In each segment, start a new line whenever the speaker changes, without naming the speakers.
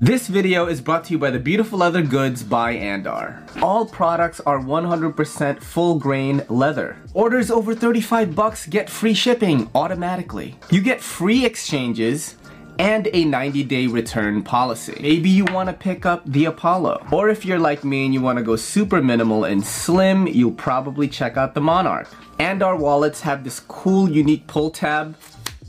This video is brought to you by the beautiful leather goods by Andar. All products are 100% full grain leather. Orders over 35 bucks get free shipping automatically. You get free exchanges and a 90 day return policy. Maybe you want to pick up the Apollo. Or if you're like me and you want to go super minimal and slim, you'll probably check out the Monarch. And our wallets have this cool, unique pull tab.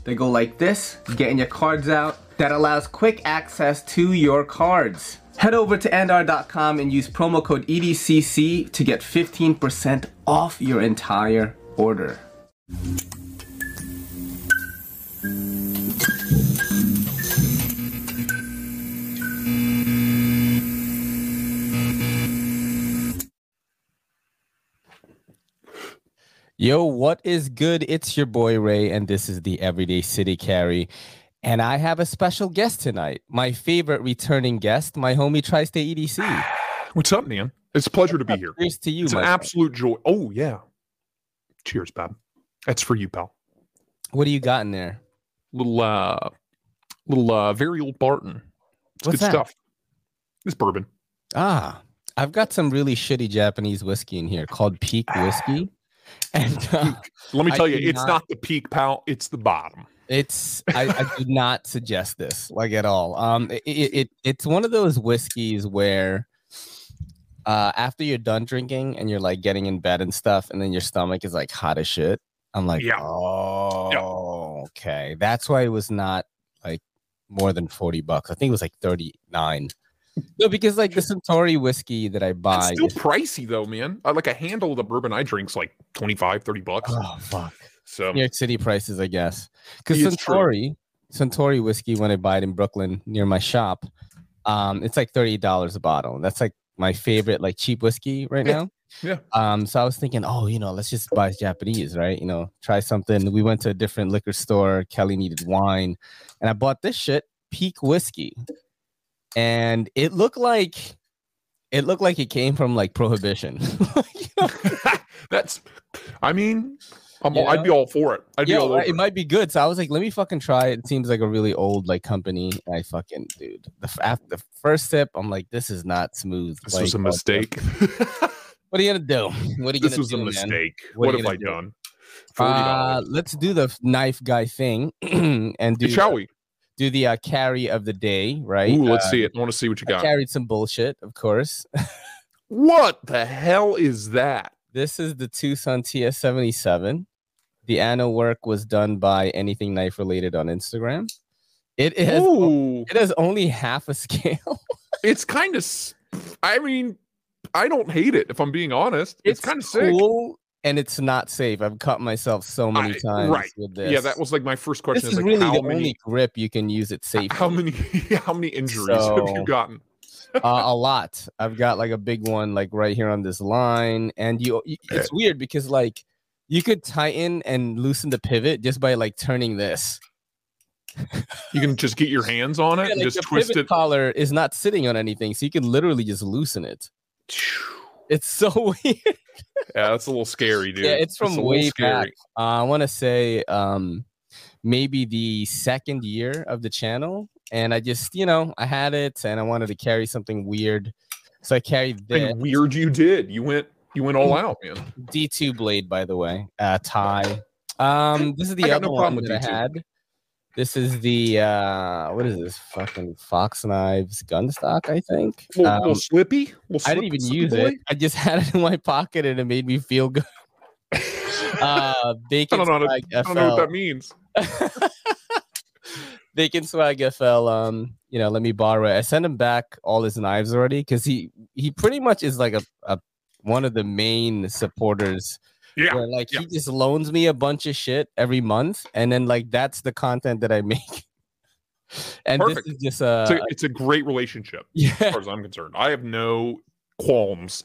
They go like this, getting your cards out, that allows quick access to your cards. Head over to andar.com and use promo code E EDCC to get 15% off your entire order.
Yo, what is good? It's your boy Ray, and this is the Everyday City Carry. And I have a special guest tonight, my favorite returning guest, my homie Tri State EDC.
What's up, man? It's a pleasure to be here.
Here's to you,
It's an
my friend.
absolute joy. Oh, yeah. Cheers, Bob. That's for you, pal.
What do you got in there?
Little, uh, little, uh, very old Barton. It's
What's
good
that?
stuff. It's bourbon.
Ah, I've got some really shitty Japanese whiskey in here called Peak
Ah.
Whiskey. And uh,
Let me
I
tell you,
do
it's
not-
not... the peak, pal. It's the bottom.
It's I, I do not suggest this like at all. Um, it, it, it it's one of those whiskeys where, uh, after you're done drinking and you're like getting in bed and stuff, and then your stomach is like hot as shit. I'm like,
Yeah.
oh, okay. That's why it was not like more than forty bucks. I think it was like thirty nine. No, because like the Centauri whiskey that I
It's
buy,
still
is-
pricey, though, man. I, like a handle of the bourbon I drink's like 25, 30 bucks.
oh fuck.
so
New York City prices, I guess. Because
Yeah, it's true.
Centauri, Centauri whiskey, when I buy it in Brooklyn near my shop, um, it's like thirty dollars a bottle. That's like my favorite, like cheap whiskey right
Yeah,
now.
yeah.
Um, so I was thinking, oh, you know, let's just buy Japanese, right? You know, try something. We went to a different liquor store. Kelly needed wine, and I bought this shit, Peak whiskey, and it looked like. It looked like it came from like prohibition. You know?
that's, I mean, I'm,
You
I'd be all for it. I'd
Yeah,
be all over
right, it
it.
might be good. So I was like, let me fucking try it. It seems like a really old like company. I fucking dude. The f- after the first sip, I'm like, this is not smooth.
This
like, uh,
was a
what the-
mistake.
What are you gonna do? What are you
this
gonna
was
do?
a
man?
mistake.
What are
What,
you
have I
gonna do?
done?
Uh, let's do the f- knife guy thing and do
Shall we?
do the uh, carry of the day, right?
Ooh, let's
Uh,
see it. I want to see what you
I
got.
carried some bullshit, of course.
What the hell is that?
This is the Tucson TS77. The anno work was done by anything knife related on Instagram. It is
Ooh,
it has only half a scale.
it's kind of. I mean, I don't hate it if I'm being honest. It's, kind of sick.
cool and it's not safe. I've cut myself so many
I-
times
right.
with this.
Yeah, that was like my first
this
question.
is
like,
really
how
the only
many,
grip you can use it safe.
how many, how many injuries have
So-
you gotten?
uh, a lot. I've got like a big one like right here on this line, and you. y- It's weird because like you could tighten and loosen the pivot just by like turning this.
You can just get your hands on it
Yeah,
and
like,
just
the
twist
pivot
it.
collar is not sitting on anything, so you can literally just loosen it. It's so weird.
Yeah, that's a little scary, dude.
Yeah, it's from
a little
way
scary.
back. Uh, I want to say um, maybe the second year of the channel, and I just you know I had it, and I wanted to carry something weird, so I carried
And
the
weird, you did. You went, you went
Mm.
all out, man.
D two blade, by the way, uh, tie. Um, this is the
I got
other
no
one
problem with
that I
D2.
had. This is the uh, what is this fucking Fox Knives gun stock? I think.
Little,
Um,
little slippy. Little
I didn't
slip-
even
slippy
use
boy?
it. I just had it in my pocket, and it made me feel good. Uh, bacon
know how to-
Swag
Ah. I don't know
FL.
what that means.
Bacon Swag FL, um, you know, let me borrow it. I sent him back all his knives already because he he pretty much is like a, a one of the main supporters.
Yeah.
where like
yeah.
he just loans me a bunch of shit every month, and then like that's the content that I make. And
Perfect.
this is just
It's
uh,
a, it's a great relationship. as
yeah,
far as I'm concerned. I have no qualms.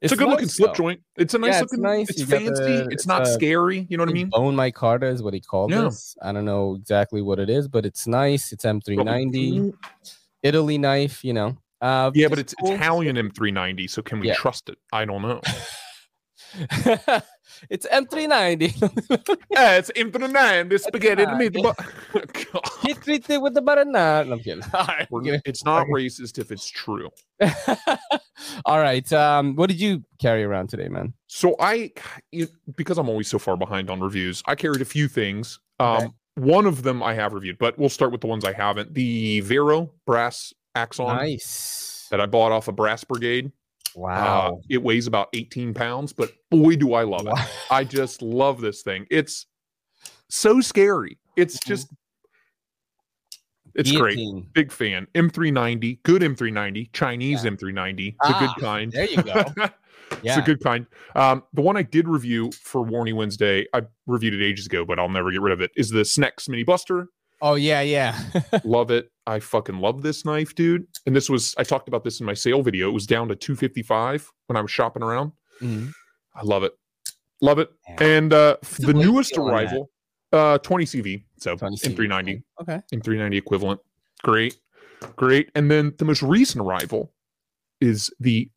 It's, a
nice,
good looking slip
though.
joint. It's a nice
Yeah, it's
looking. It's,
nice. You got
fancy.
the- uh,
it's,
it's
not
a-
scary. You know what I mean?
Bone my Carta is what he called
Yeah.
this. I don't know exactly what it is, but it's nice. It's M390, Italy knife, you know. Uh,
Yeah, but
just
it's
cool.
Italian M390. So can we
Yeah.
trust it? I don't know.
It's M390.
Yeah, it's infinite nine. This spaghetti to me.
you treat it with the butter. Nah, no, I'm kidding. All right. I'm kidding.
It's not racist if it's true.
All right. Um, what did you carry around today, man?
So I, you- because I'm always so far behind on reviews, I carried a few things. Um, one of them I have reviewed, but we'll start with the ones I haven't. The Vero brass axon
Nice.
that I bought off of Brass Brigade. Uh,
Wow.
it weighs about 18 pounds, but boy, do I love it. I just love this thing. It's so scary. It's
Mhm.
just, it's great.
Guillotine.
Big fan. M390, good M390, Chinese M390, the
Ah,
good kind.
There you go.
It's
Yeah.
a good kind. Um, the one I did review for Warny Wednesday, I reviewed it ages ago, but I'll never get rid of it. Is the Snex Mini Buster?
oh yeah, yeah.
love it. I fucking love this knife, dude. And this was I talked about this in my sale video. It was down to 255 when I was shopping around.
Mhm.
I love it. Love it.
Yeah.
And uh
the
the
weight
newest
deal on that?
arrival, uh 20 CV. So
20
in 390,
Okay.
in 390 equivalent. Great. Great. And then the most recent arrival is the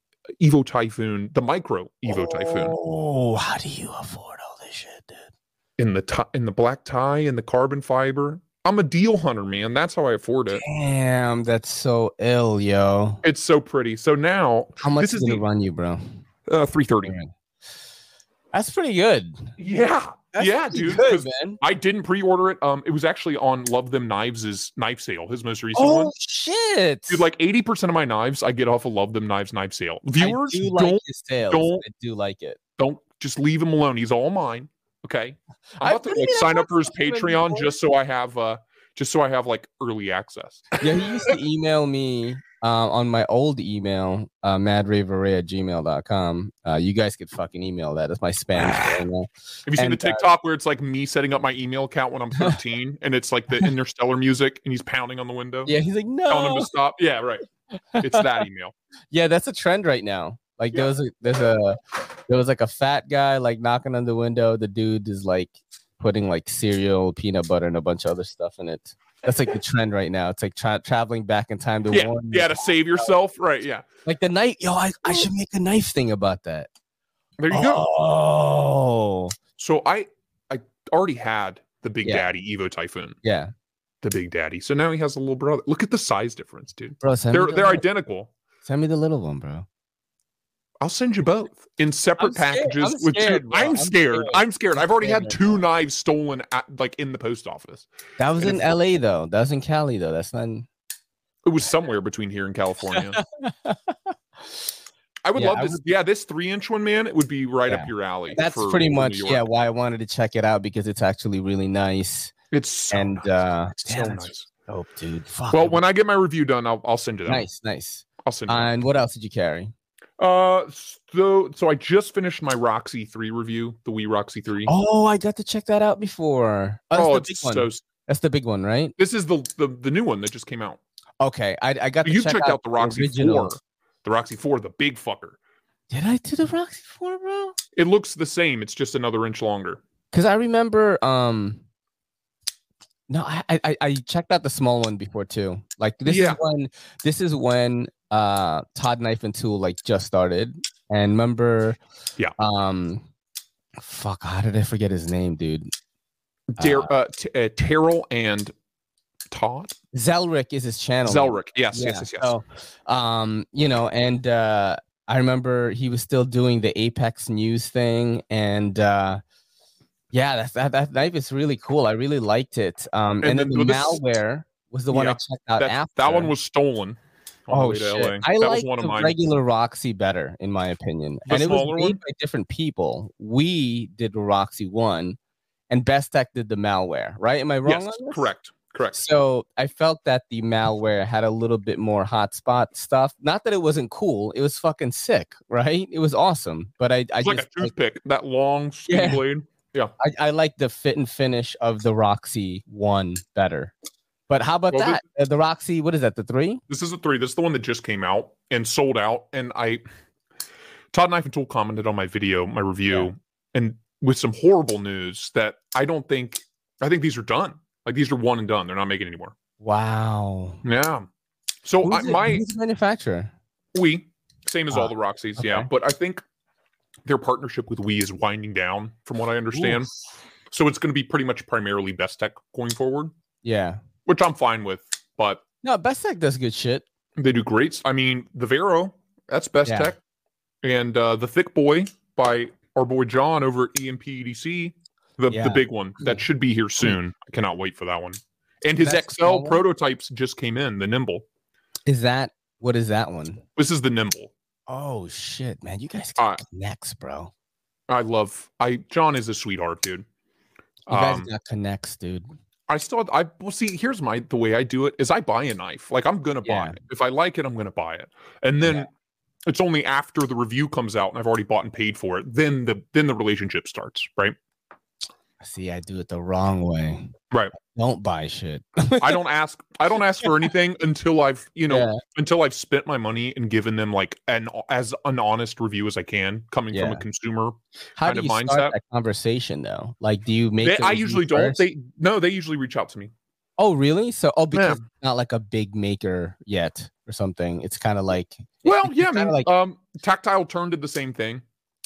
Evo Typhoon, the micro Evo Typhoon.
Oh, how do you afford all this shit, dude?
in the tie in the black tie and the carbon fiber. I'm a deal hunter, man. That's how I afford it.
Damn, that's so ill, yo.
It's so pretty. So now,
How much
This
is
is
it
the-
run you, bro?
uh, three thirty.
Man. That's pretty good.
Yeah,
That's
yeah,
pretty
dude. 'cause
Good, man.
I didn't pre-order it. Um, it was actually on Love Them Knives' knife sale, his most recent one.
Oh shit!
Dude, like eighty percent of my knives I get off of Love Them Knives knife sale. Viewers,
I do
don't
like his tails.
don't-
I do like it.
don't just leave him alone. He's all mine. Okay,
I-
I'm about
what do
to
you
like
mean I
sign
bought
up for his
stuff already
Patreon
before?
just so I have uh just so I have like early access.
Yeah, he used to email me uh, on my old email, uh, madraveray at gmail.com. Uh, you guys could fucking email that. That's my spam. email.
Have you seen the
And, uh,
TikTok where it's like me setting up my email account when I'm 13 and it's like the interstellar music and he's pounding on the window,
yeah, he's like,
telling him
no.
to stop? Yeah, right. It's that email.
Yeah, that's a trend right now. Like there was a, there's a there was like a fat guy like knocking on the window. The dude is like putting like cereal, peanut butter, and a bunch of other stuff in it. That's like the trend right now. It's like tra- traveling back in time to
Yeah,
warn you.
yeah, to save yourself. Right. Yeah.
Like the knife. Yo, I, I should make a knife thing about that.
There you go.
Oh,
So I I already had the Big
Yeah.
Daddy Evo Typhoon,
yeah,
the Big Daddy. So now he has a little brother. Look at the size difference, dude.
bro. Send
They're
me the
they're
little-
identical.
Send me the little one, bro.
I'll send you both in separate
I'm scared- I'm
packages with
scared,
two.
bro.
I'm
I'm
scared.
scared.
I'm scared. I've already had
Scared.
two knives stolen at, like in the post office.
That was
And
in
it's-
LA though. That was in Cali though. That's not. in-
It was somewhere between here and California. I would
Yeah,
love
I
this. Yeah, this three inch one, man, it would be right
Yeah.
up your alley.
That's
for-
pretty
for New
much
York.
yeah why I wanted to check it out because it's actually really nice
It's so
and
nice.
uh
It's
damn,
so
that's
nice.
dope, dude. Fuck, I
Well, when I get my review done, I'll, I'll send you that.
nice, nice.
I'll send you. that.
And what else did you carry?
Uh, so so I just finished my Roxy three review, the Wii Roxy three.
Oh, I got to check that out before. Oh, that's
Oh,
the
it's
big
so.
one. that's the big one, right?
This is the, the the new one that just came out.
Okay, I, I got. To
You've
check
checked out, the Roxy
original.
four, the Roxy four, the big fucker.
Did I do the Roxy Four, bro?
It looks the same. It's just another inch longer.
Because I remember. Um, no, I, I I- I checked out the small one before too. Like this
Yeah.
is when this is when uh Todd Knife and Tool like just started, and remember,
Yeah.
Um, fuck, how did I forget his name, dude?
Dar- uh, t- uh, Terrell and Todd
Zelric is his channel. name.
Zelrick. Yes, yes, yes, yes.
Oh, So, um, you know, and uh, I remember he was still doing the Apex News thing, and uh, yeah, that's, that that knife is really cool. I really liked it. Um, and,
And
then,
then
the
with this-
malware was the one I
Yeah,
checked out
that,
after.
that one was stolen. on the
Oh
way to
shit!
LA.
I
that
like
was one
the
of mine.
regular Roxy better, in my opinion,
The
and it was
smaller
made
one?
by different people. We did the Roxy one, and Best Tech did the malware. Right? Am I wrong?
yes,
on this?
correct, correct.
So I felt that the malware had a little bit more hotspot stuff. Not that it wasn't cool; it was fucking sick, right? It was awesome, but I I
It's like a
just like,
toothpick, that long skinny
Yeah.
blade.
I, I like the fit and finish of the Roxy one better. But how about
Well, this-
that? Uh, the Roxy, what is that? The three?
This is the three. This is the one that just came out and sold out. And I, Todd Knife and Tool commented on my video, my review, and with some horrible news that I don't think. I think these are done. Like these are one and done. They're not making any more.
Wow.
Yeah. So
Who's
I,
it-
my
who's the manufacturer?
we same as all the Roxy's, yeah.
Ah, okay.
But I think their partnership with Wii is winding down, from what I understand. So it's going to be pretty much primarily Best Tech going forward,
Yeah.
which I'm fine with. But
No, Best Tech does good shit.
they do great. s- I mean, the Vero, that's Best
Yeah.
Tech, and uh, the Thick Boy by our boy John over at E EMPDC, the
Yeah. Hmm.
the big one that should be here soon. I cannot wait for that one. And his
That's the
XL
small one?
prototypes just came in. The Nimble.
Is that what is that one?
This is the Nimble.
Oh shit, man! You guys
Uh,
got connects, bro.
I love. I John is a sweetheart, dude.
You guys
Um,
got connects, dude.
I still I well see here's my the way I do it is I buy a knife. Like I'm gonna
Yeah.
buy it. If I like it, I'm gonna buy it. And then
Yeah.
it's only after the review comes out and I've already bought and paid for it, then the then the relationship starts, right?
See, I do it the wrong way.
Right.
Don't buy shit.
I don't ask I don't ask for anything until I've, you know,
Yeah.
until I've spent my money and given them like an as an honest review as I can coming from
Yeah.
a consumer.
How
kind
do
of
you
mindset.
start that conversation though? Like, do you make?
They,
the
I
review
usually don't.
first?
They no, they usually reach out to me.
Oh, really? So, oh, because it's not like a big maker yet or something. It's kind of like
Well, yeah,
kinda
man.
like-
um, Tactile Turn did the same thing.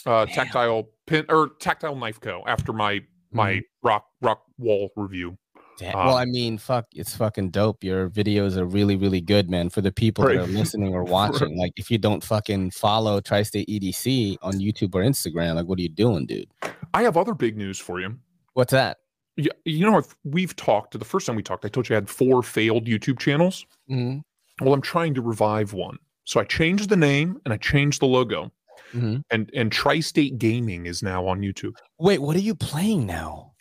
Uh,
Damn.
Tactile Pin or Tactile Knife Co. After my Oh, my
Mm-hmm.
rock rock wall review,
mm, Da- well,
Um,
I mean, fuck, it's fucking dope. Your videos are really, really good, man. For the people
Right.
that are listening or
Right.
watching, like, if you don't fucking follow Tri-State EDC on YouTube or Instagram, like, what are you doing, dude?
I have other big news for you.
What's that?
You, you know, if we've talked the first time we talked, I told you I had four failed YouTube channels.
Mhm,
Well, I'm trying to revive one, so I changed the name and I changed the logo,
mhm.
and and Tri-State Gaming is now on YouTube.
Wait, what are you playing now?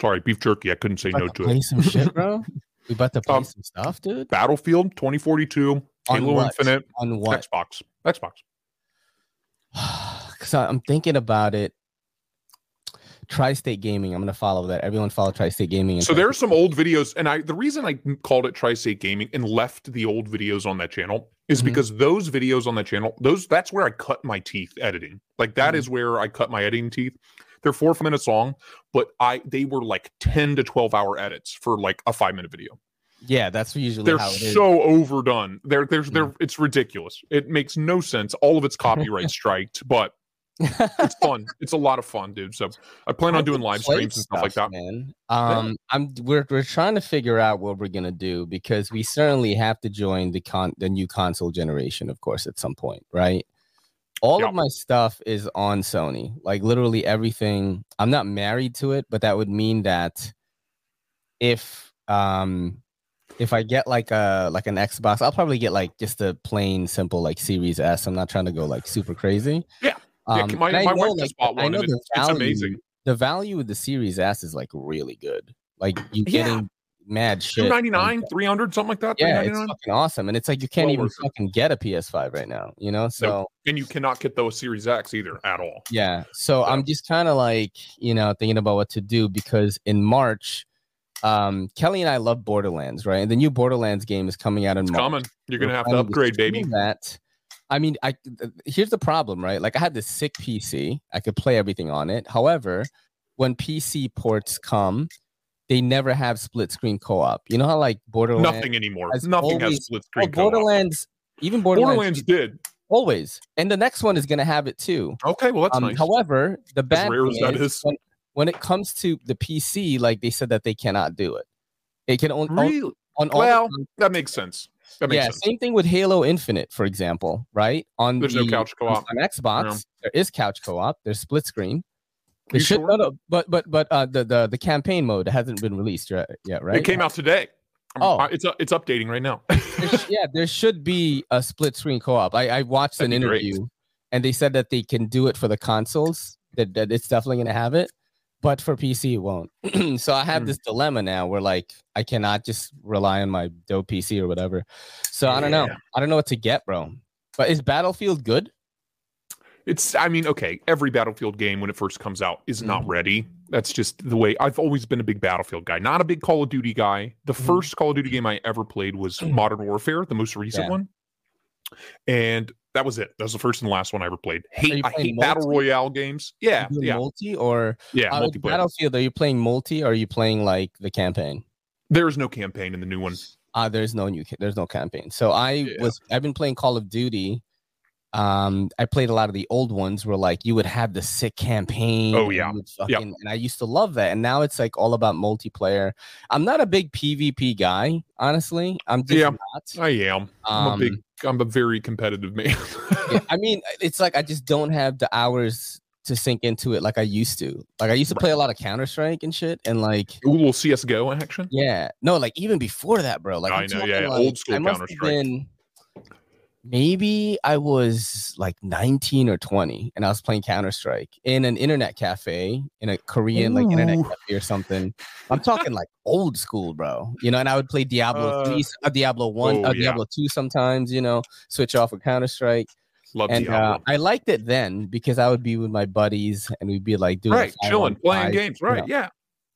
Sorry, beef jerky. I couldn't say
About
no
to
to
play
it.
some shit, bro. We about to play
Um,
some stuff, dude.
Battlefield 2042,
On
Halo
what?
Infinite,
On what?
Xbox, Xbox.
Because I'm thinking about it. Tri-State Gaming. I'm gonna follow that. Everyone follow Tri-State Gaming. and
So
Tri-State
there are some old videos, and I the reason I called it Tri-State Gaming and left the old videos on that channel is
Mhm.
because those videos on that channel, those that's where I cut my teeth editing. Like that
Mhm.
is where I cut my editing teeth. They're four minutes long, but I they were like ten to twelve hour edits for like a five minute video.
Yeah, that's usually
They're
how it is. Mm.
so overdone. They're they're they're it's ridiculous. It makes no sense. All of it's copyright striked, but it's fun. It's a lot of fun, dude. So I plan on
I've
doing
been
live
playing
streams and stuff like that.
Man. Um, I'm we're we're trying to figure out what we're gonna do because we certainly have to join the con the new console generation, of course, at some point, right? All
Yeah.
of my stuff is on Sony, like literally everything. I'm not married to it, but that would mean that if um if I get like a like an Xbox, I'll probably get like just a plain simple like Series S. I'm not trying to go like super crazy.
Yeah. Yeah, my-
Um, and I
my wife
know,
just
like,
bought
I
one
know
and
the
it's- it's amazing.
The value of the Series S is like really good. Like you
Yeah.
getting mad shit.
Two
on
ninety nine,
that.
three hundred, something like that.
Yeah, it's
399?
fucking awesome, and it's like you can't
well
even
worth it.
fucking get a PS5 right now. You know, so
and you cannot get those Series X either at all.
yeah. So I'm just kind of like, you know, thinking about what to do because in March, um, Kelly and I love Borderlands, right? And the new Borderlands game is coming out in
It's
March.
common. You're gonna
We're
have to
planning
upgrade, baby.
stream That I mean, I th- here's the problem, right? Like I had this sick PC, I could play everything on it. However, when PC ports come, they never have split screen co-op. You know how like Borderlands,
Nothing anymore.
has
Nothing
always-
has split
well,
screen. co-op.
Borderlands, even Borderlands,
Borderlands did.
always, and the next one is gonna have it too.
Okay, well that's
Um,
nice.
However, the bad
rare as
thing
that
is,
is.
When, when it comes to the PC, like they said that they cannot do it. It can only on,
Really?
on all the
Well,
con-
That makes sense. That makes
yeah.
sense.
Same thing with Halo Infinite, for example, right? On
There's no
the-
couch co-op.
on Xbox.
No.
There is couch co-op. There's split screen. There
You
should,
sure?
no, no, but but but uh, the, the the campaign mode hasn't been released yet, yet right?
It came out today. I'm-
Oh.
I- it's uh, it's updating right now.
There sh- yeah, there should be a split screen co-op. I, I watched
That'd
an
be great.
interview and they said that they can do it for the consoles, that, that it's definitely gonna have it, but for PC it won't. so I have
Mm.
this dilemma now where like I cannot just rely on my dope PC or whatever. So I don't know.
Yeah.
I don't know what to get, bro. But is Battlefield good?
It's I mean, okay, every Battlefield game when it first comes out is
Mm-hmm.
not ready. That's just the way I've always been a big Battlefield guy, not a big Call of Duty guy. The
Mhm.
first Call of Duty game I ever played was Modern Warfare, the most recent
Yeah.
one. And that was it. That was the first and last one I ever played.
you
Hate I
playing
hate battle
multi?
royale games. Yeah,
You doing
yeah,
Multi or
yeah.
uh, with
multiplayer.
Battlefield? Are you playing multi or are you playing like the campaign?
There is no campaign in the new one.
uh, there's no new ca- there's no campaign. So I
Yeah.
was I've been playing Call of Duty. Um, I played a lot of the old ones where like you would have the sick campaign.
Oh,
and you
yeah.
would fucking- and I used to love that. And now it's like all about multiplayer. I'm not a big PvP guy, honestly. I'm just
Yeah.
not.
I am. I'm a big. I'm a very competitive man.
um, Yeah, I mean, it's like I just don't have the hours to sink into it like I used to. Like I used to play a lot of Counter Strike and shit, and like
Ooh, little CS:GO action.
yeah, no, like even before that, bro. Like
I
I'm
know, yeah,
talking,
yeah,
like,
old school
I must have
Counter-Strike.
been- Maybe I was like 19 or 20, and I was playing Counter Strike in an internet cafe in a Korean like internet
Ooh.
cafe or something. I'm talking like old school, bro. You know, and I would play Diablo
Uh,
three, uh, Diablo one,
oh,
uh,
yeah.
Diablo two sometimes. You know, switch off with Counter Strike
Love
and uh,
Diablo.
I liked it then because I would be with my buddies and we'd be like doing a
right, chilling, playing
5-on-5,
games.
you
Right,
know,
yeah.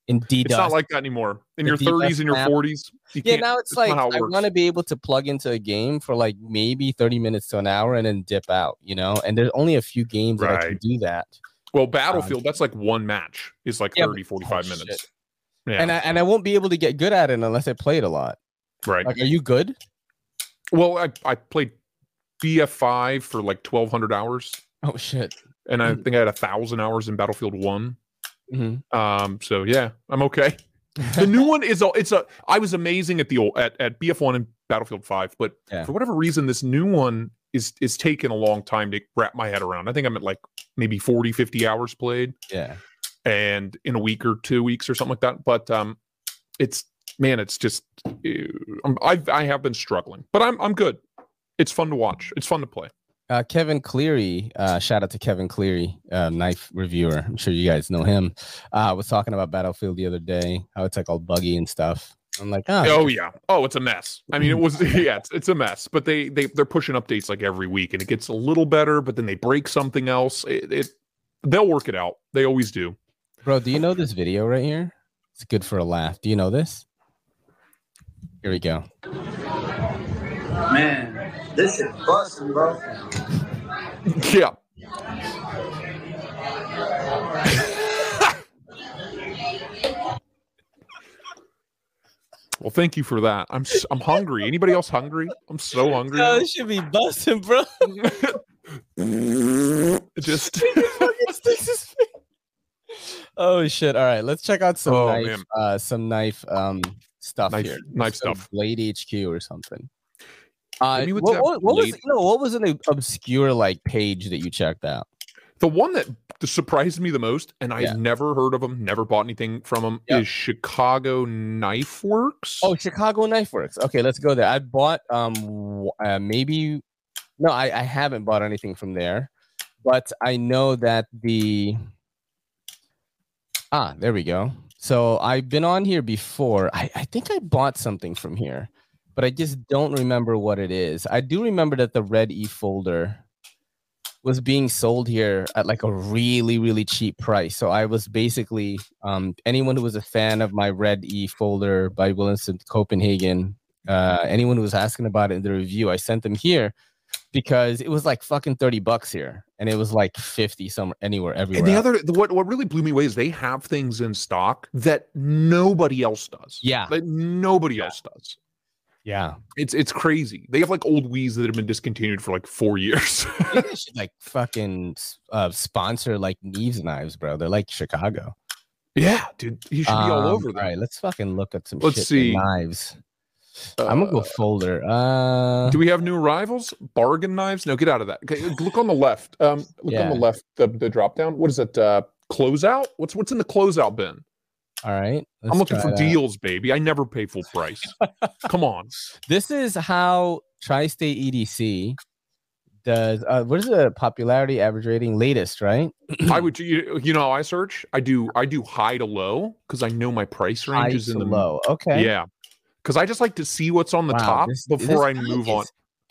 in DDoS.
It's not like that anymore. In
The
your
DDoS
30s and your
map.
40s, you
yeah,
can't.
now it's
that's
like
not how it
I
works.
want to be able to plug into a game for like maybe thirty minutes to an hour and then dip out, you know. And there's only a few games that I can
Right.
do that.
Well, Battlefield, that's like one match is like
Yeah, but-
30, 45
oh,
minutes.
shit.
Yeah,
And I and I won't be able to get good at it unless I play it a lot.
right.
Like, are you good?
well, I, I played BF5 for like 1,200 hours,
Oh shit.
and I
Mm.
think I had a 1,000 hours in Battlefield 1.
Mhm.
Um, so yeah, I'm okay. The new one is a, it's a I was amazing at the old at, at BF1 and Battlefield 5, but
Yeah.
for whatever reason this new one is is taking a long time to wrap my head around. I think I'm at like maybe 40 50 hours played
yeah.
and in a week or two weeks or something like that, but um it's man, it's just uh, I'm, I I have been struggling, but I'm I'm good. It's fun to watch. It's fun to play.
Uh, Kevin Cleary, uh, shout out to Kevin Cleary, uh, knife reviewer. I'm sure you guys know him. Uh, was talking about Battlefield the other day, how it's like all buggy and stuff. I'm like, oh,
Oh yeah. Oh, it's a mess. I mean, it was yeah, it's, it's a mess. But they they they're pushing updates like every week, and it gets a little better, but then they break something else. It, it they'll work it out. They always do.
bro, do you know this video right here? It's good for a laugh. Do you know this? Here we go.
Man, this is busting, bro.
Yeah. well, thank you for that. I'm s- I'm hungry. Anybody else hungry? I'm so hungry. now.
this should be busting, bro.
Just
oh shit! All right, let's check out some
Oh,
knife,
man.
uh, some knife um stuff
Knife-
here.
knife
Some
stuff.
Blade HQ or something. Uh,
me
what,
with that
what, what was
Blade-
you know what was an obscure like page that you checked out?
The one that surprised me the most, and I've
Yeah.
never heard of them, never bought anything from them,
Yeah.
is Chicago Knife Works.
Oh, Chicago Knife Works. Okay, let's go there. I bought um w- uh, maybe no, I, I haven't bought anything from there, but I know that the ah there we go. So I've been on here before. I, I think I bought something from here, but I just don't remember what it is. I do remember that the Red E folder was being sold here at like a really really cheap price so i was basically um, anyone who was a fan of my red e folder by williamson copenhagen uh, anyone who was asking about it in the review i sent them here because it was like fucking 30 bucks here and it was like 50 somewhere anywhere everywhere
and the
else.
other, the, what what really blew me away is they have things in stock that nobody else does.
Ah. Yeah.
that nobody else does.
yeah
It's it's crazy. They have like old Wii's that have been discontinued for like four years.
Maybe I should like fucking s- uh, sponsor like Neves knives, bro. They're like Chicago.
yeah, dude, you should be all
Um,
over
All
that.
right, let's fucking look at some.
Let's
shit for
see.
knives. I'm gonna go folder. Uh,
Do we have new arrivals? Bargain knives? No, get out of that. Okay, look on the left. Um, look
Yeah.
on the left. The, the drop down. What is it? Uh, closeout. What's what's in the closeout bin?
All right.
I'm
let's
looking
try
for
it out.
deals, baby. I never pay full price. Come on.
This is how Tri State EDC does. Uh, what is the popularity average rating latest, right?
I would you, you know how I search? I do I do high to low because I know my price range
High
is in
to
the
low. Okay.
Yeah. Cause I just like to see what's on the
Wow,
top
this- this
before I
guy is
move on.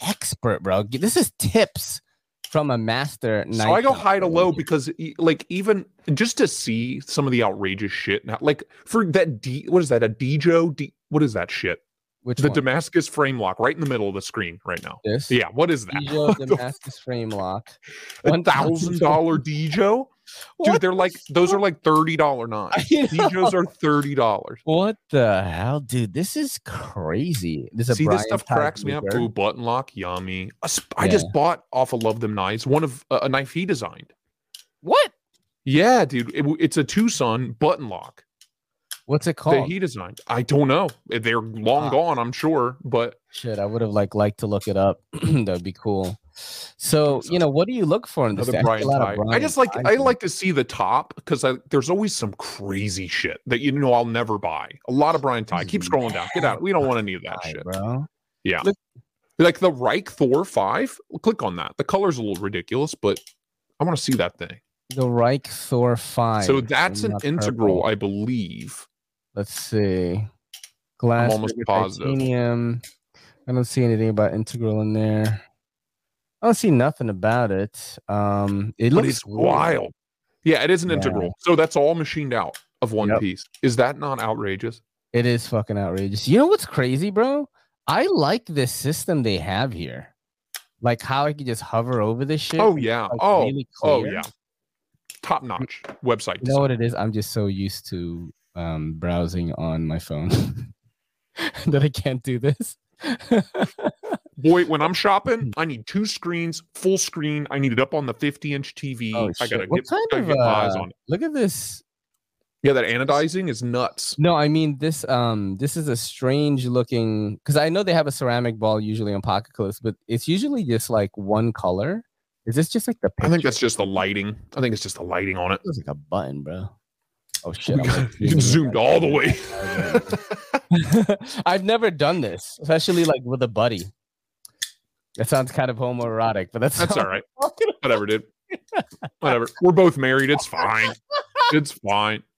Expert, bro. G- This is tips from a master.
So I
knife
go high to
operator.
low because e- like even just to see some of the outrageous shit now, like for that D what is that? A Djo D what is that shit?
Which
The
one?
Damascus frame lock right in the middle of the screen right now.
This?
Yeah, what is that?
Dijo Damascus frame lock.
A thousand dollar Djo?
What
Dude, they're like those are like thirty dollar knives.
I know.
Nijos are thirty dollars.
What the hell, dude? This is crazy. This is a
See,
Brian
this stuff
Todd
cracks me up.
Gruber.
Ooh, button lock, yummy. A sp- I just bought off of Love Them Knives one of a a knife he designed.
What?
Yeah, dude, it w- it's a Tucson button lock
What's it
that
called?
he designed. I don't know. They're long
Ah.
gone, I'm sure, but
Shit, I would have like liked to look it up. That'd be cool. So you know, what do you look for in this?
another
thing? I see a
Brian
lot of
Tye. I
Brian
just like
Ties
I
in it.
like to see the top because I there's always some crazy shit that you know I'll never buy. A lot of Brian Ty. Keep scrolling down. Get out. We don't want any of that
Tye,
shit.
bro.
Like the Reich Thor five. Click on that. The color's a little ridiculous, but I want to see that thing.
The Reich Thor Five.
So that's an
not
integral,
purple.
I believe.
Let's see. Glass.
almost
rigid
positive.
Titanium. I don't see anything about integral in there. I don't see nothing about it. Um, it
But
looks
it's
weird.
wild. Yeah, it is an
Yeah.
integral. So that's all machined out of one
Yep.
piece. Is that not outrageous?
It is fucking outrageous. You know what's crazy, bro? I like this system they have here. Like how I can just hover over this shit.
Oh
and
yeah.
it's, like,
oh,
really
oh
clear.
yeah. Top notch website.
You know
design.
what it is? I'm just so used to um, browsing on my phone that I can't do this.
Boy, when I'm
Hmm.
shopping, I need two screens, full screen. I need it up on the 50 inch TV.
Oh,
I gotta
shit. What
get,
kind
gotta
of,
get my eyes
uh,
on it.
Look at this.
Yeah, that anodizing is nuts.
No, I mean this. Um, this is a strange looking because I know they have a ceramic ball usually on pocket clips, but it's usually just like one color. Is this just like the?
I think
picture?
that's just the lighting. I think it's just the lighting on it.
It was like a button, bro. Oh shit! I'm, like,
You zoomed
zooming
all the way.
in. I've never done this, especially like with a buddy. That sounds kind of homoerotic, but that's
That's all right. Whatever, dude. Whatever. We're both married. It's fine. It's fine.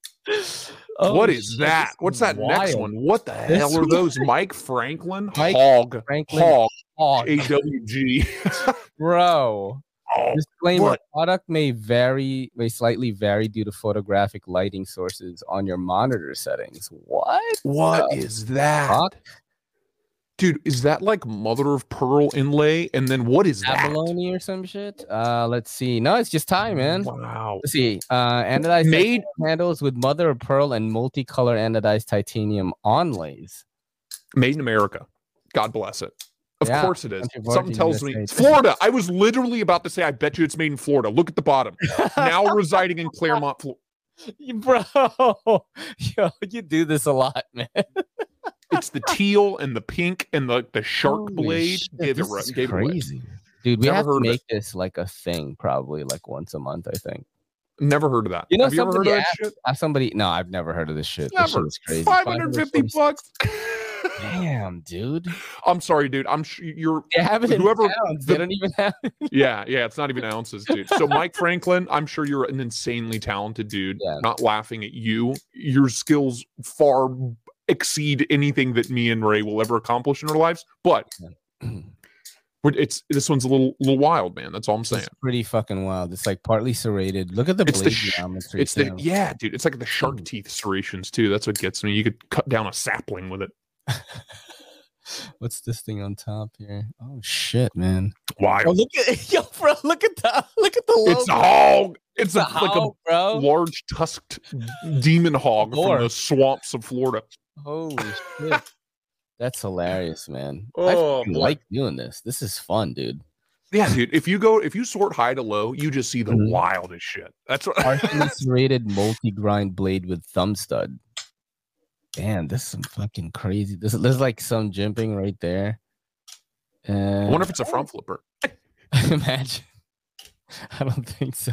Oh,
what is
shit,
that?
this
What's
is
that next
wild.
one? What the
This
hell are
one-
those? Mike Franklin?
Mike
Hog.
Franklin
Hog.
Hog,
A W G. Oh,
bro.
Hog.
Disclaimer:
What?
Product may vary, may slightly vary due to photographic lighting sources on your monitor settings. What?
What is that?
Fuck,
Dude, is that like mother of pearl inlay? And then what is that?
abalone or some shit? Uh, let's see. No, it's just time, man.
Wow.
Let's see. Uh, anodized
Made-
titanium handles with mother of pearl and multicolor anodized titanium onlays.
Made in America. God bless it. Of
Yeah,
course it is.
country of
Something
origin,
tells me
USA.
Florida. I was literally about to say, I bet you it's made in Florida. Look at the bottom. Now residing in Claremont, Florida.
Bro, yo, you do this a lot, man.
It's the teal and the pink and the, the shark
Holy
blade.
shit,
Gave it
this
ri-
is
gave it away.
crazy. Dude, we
Never
have
heard
to
of it.
make this like a thing probably like once a month, I think.
Never heard of that.
You know,
Have you ever heard of
somebody
that
asked-
shit?
Uh, somebody, no, I've never heard of this shit. This shit
Never.
is crazy.
550
540
bucks.
Damn, dude.
I'm sorry, dude. I'm sure you're
They have it in
Whoever-
pounds.
the-
they don't even have
yeah, yeah, it's not even ounces, dude. So Mike Franklin, I'm sure you're an insanely talented dude.
Yeah.
Not laughing at you. Your skills far exceed anything that me and Ray will ever accomplish in our lives. But but it's this one's a little little wild, man. That's all I'm saying.
It's pretty fucking wild. It's like partly serrated. Look at the
It's the
blade
sh-
geometry.
It's the
too.
yeah, dude. It's like the
Mm.
shark teeth serrations too. That's what gets me. You could cut down a sapling with it.
What's this thing on top here? Oh shit, man! Oh,
Wild.
look at yo, bro! Look at the look at the logo.
It's a hog. It's, a, like a
hog, bro.
large tusked demon hog
Lord.
from the swamps of Florida.
Holy shit! That's hilarious, man.
Oh,
I fucking
boy.
like doing this. This is fun, dude.
Yeah, dude. If you go, if you sort high to low, you just see the
Mhm.
wildest shit. That's what.
Partially serrated multi-grind blade with thumb stud. Damn, this is some fucking crazy. This there's like some jimping right there.
I
And
wonder if it's a front flipper.
imagine. I don't think so.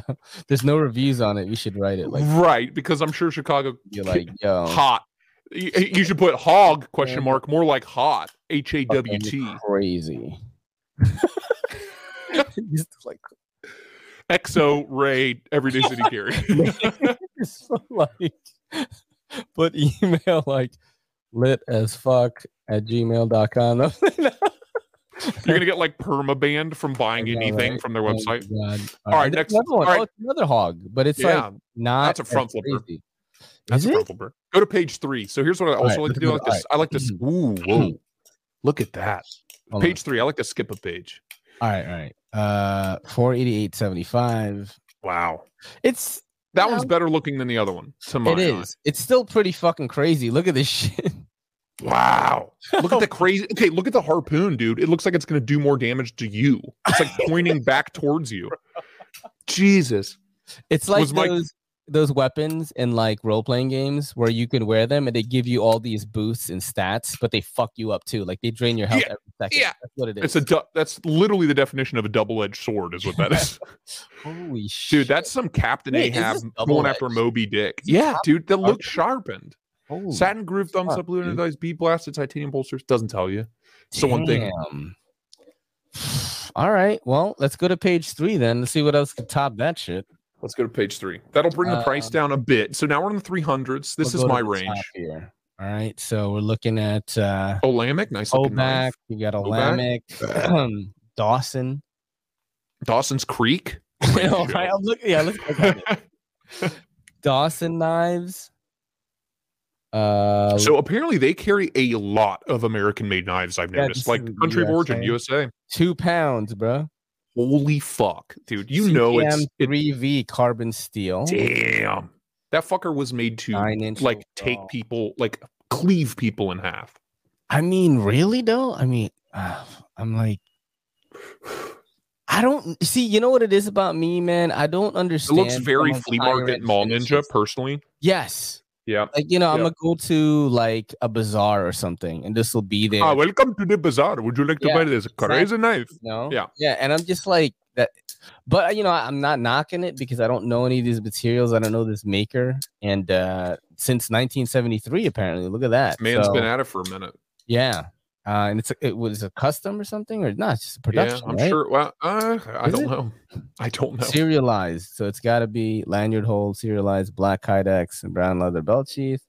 There's no reviews on it. We should write it like
right, because I'm sure Chicago
you're like yo.
hot. You, you should put hog question
Yeah.
mark more like hot h a w
fucking
t
Crazy. Just like,
exo ray everyday city carry.
just like, put email like lit as fuck at gmail.com.
You're gonna get like perma banned from buying
I know,
anything
right?
from their website.
All
right,
right, next
next-
another one.
all right.
Oh, it's another hog, but it's
yeah,
like not
that's a
as
front flipper.
crazy.
that's
Is
a
it?
front flipper. Go to page three. So here's what I
All
also
right,
like to
let's
do. I
go
like
to- Mm-hmm.
this. I like this. Ooh, whoa! Look at that.
Hold on.
Page three. I like to skip a page.
All right, all right. Uh, four eighty eight seventy five.
Wow.
It's
That
No.
one's better looking than the other one. To my
It
eye.
is. It's still pretty fucking crazy. Look at this shit.
Wow. Look at the crazy. Okay, look at the harpoon, dude. It looks like it's going to do more damage to you. It's like pointing back towards you. Jesus.
It's like
Was my-
those those weapons in like role playing games where you can wear them and they give you all these boosts and stats, but they fuck you up too. Like they drain your health
Yeah,
every second.
yeah.
That's what it is.
It's a du- that's literally the definition of a double-edged sword is what that is.
holy shit.
Dude, that's some Captain
Wait, is
Ahab
this
going after
double-edged?
Moby Dick.
Is this
Yeah, dude, that looks
sharpened?
sharpened.
Holy
Satin groove, thumbs
fuck,
up, blue
dude.
energized, B blasted, titanium bolsters. Doesn't tell you. So one thing-
damn. All right. Well, let's go to page three then. Let's see what else could top that shit.
Let's go to page three. That'll bring the price
Um,
down a bit. So now we're in the three hundreds. This
We'll go
is my
to the
range.
top here. All right. So we're looking at uh
Olamic, nice looking
Oback.
knife.
You got
Oback.
Olamic, Dawson.
Dawson's Creek.
All right, I'm looking- yeah, let's look at it. Dawson knives. Uh,
So apparently they carry a lot of American made knives, I've
Yeah,
noticed.
this
Like
is the
country of origin, USA.
two pounds, bro.
Holy fuck, dude. You know it's it,
three V carbon steel,
damn. That fucker was made to
nine inch.
like take
overall.
people, like cleave people in half.
I mean, really though. I mean, uh, I'm like, I don't see. You know what it is about me, man. I don't
It
understand.
looks very
someone's
flea
iron
market mall ninja,
finishes.
personally.
Yes,
Yeah.
like you know, I'm
Yep.
gonna go to like a bazaar or something, and this will be there.
Ah, welcome to the bazaar. Would you like to
Yeah,
buy this crazy knife?
No.
Yeah.
Yeah. And I'm just like that. But you know, I'm not knocking it because I don't know any of these materials. I don't know this maker. And uh since 1973, apparently, look at that.
Man's
So,
been at it for a minute.
yeah. Uh, and it's a, it was a custom or something or not? It's just a
Yeah,
production.
I'm
right?
sure. Well, uh, I
Is
don't
it?
know. I don't know.
Serialized. So it's got to be lanyard hold, serialized, black kydex, and brown leather belt sheath.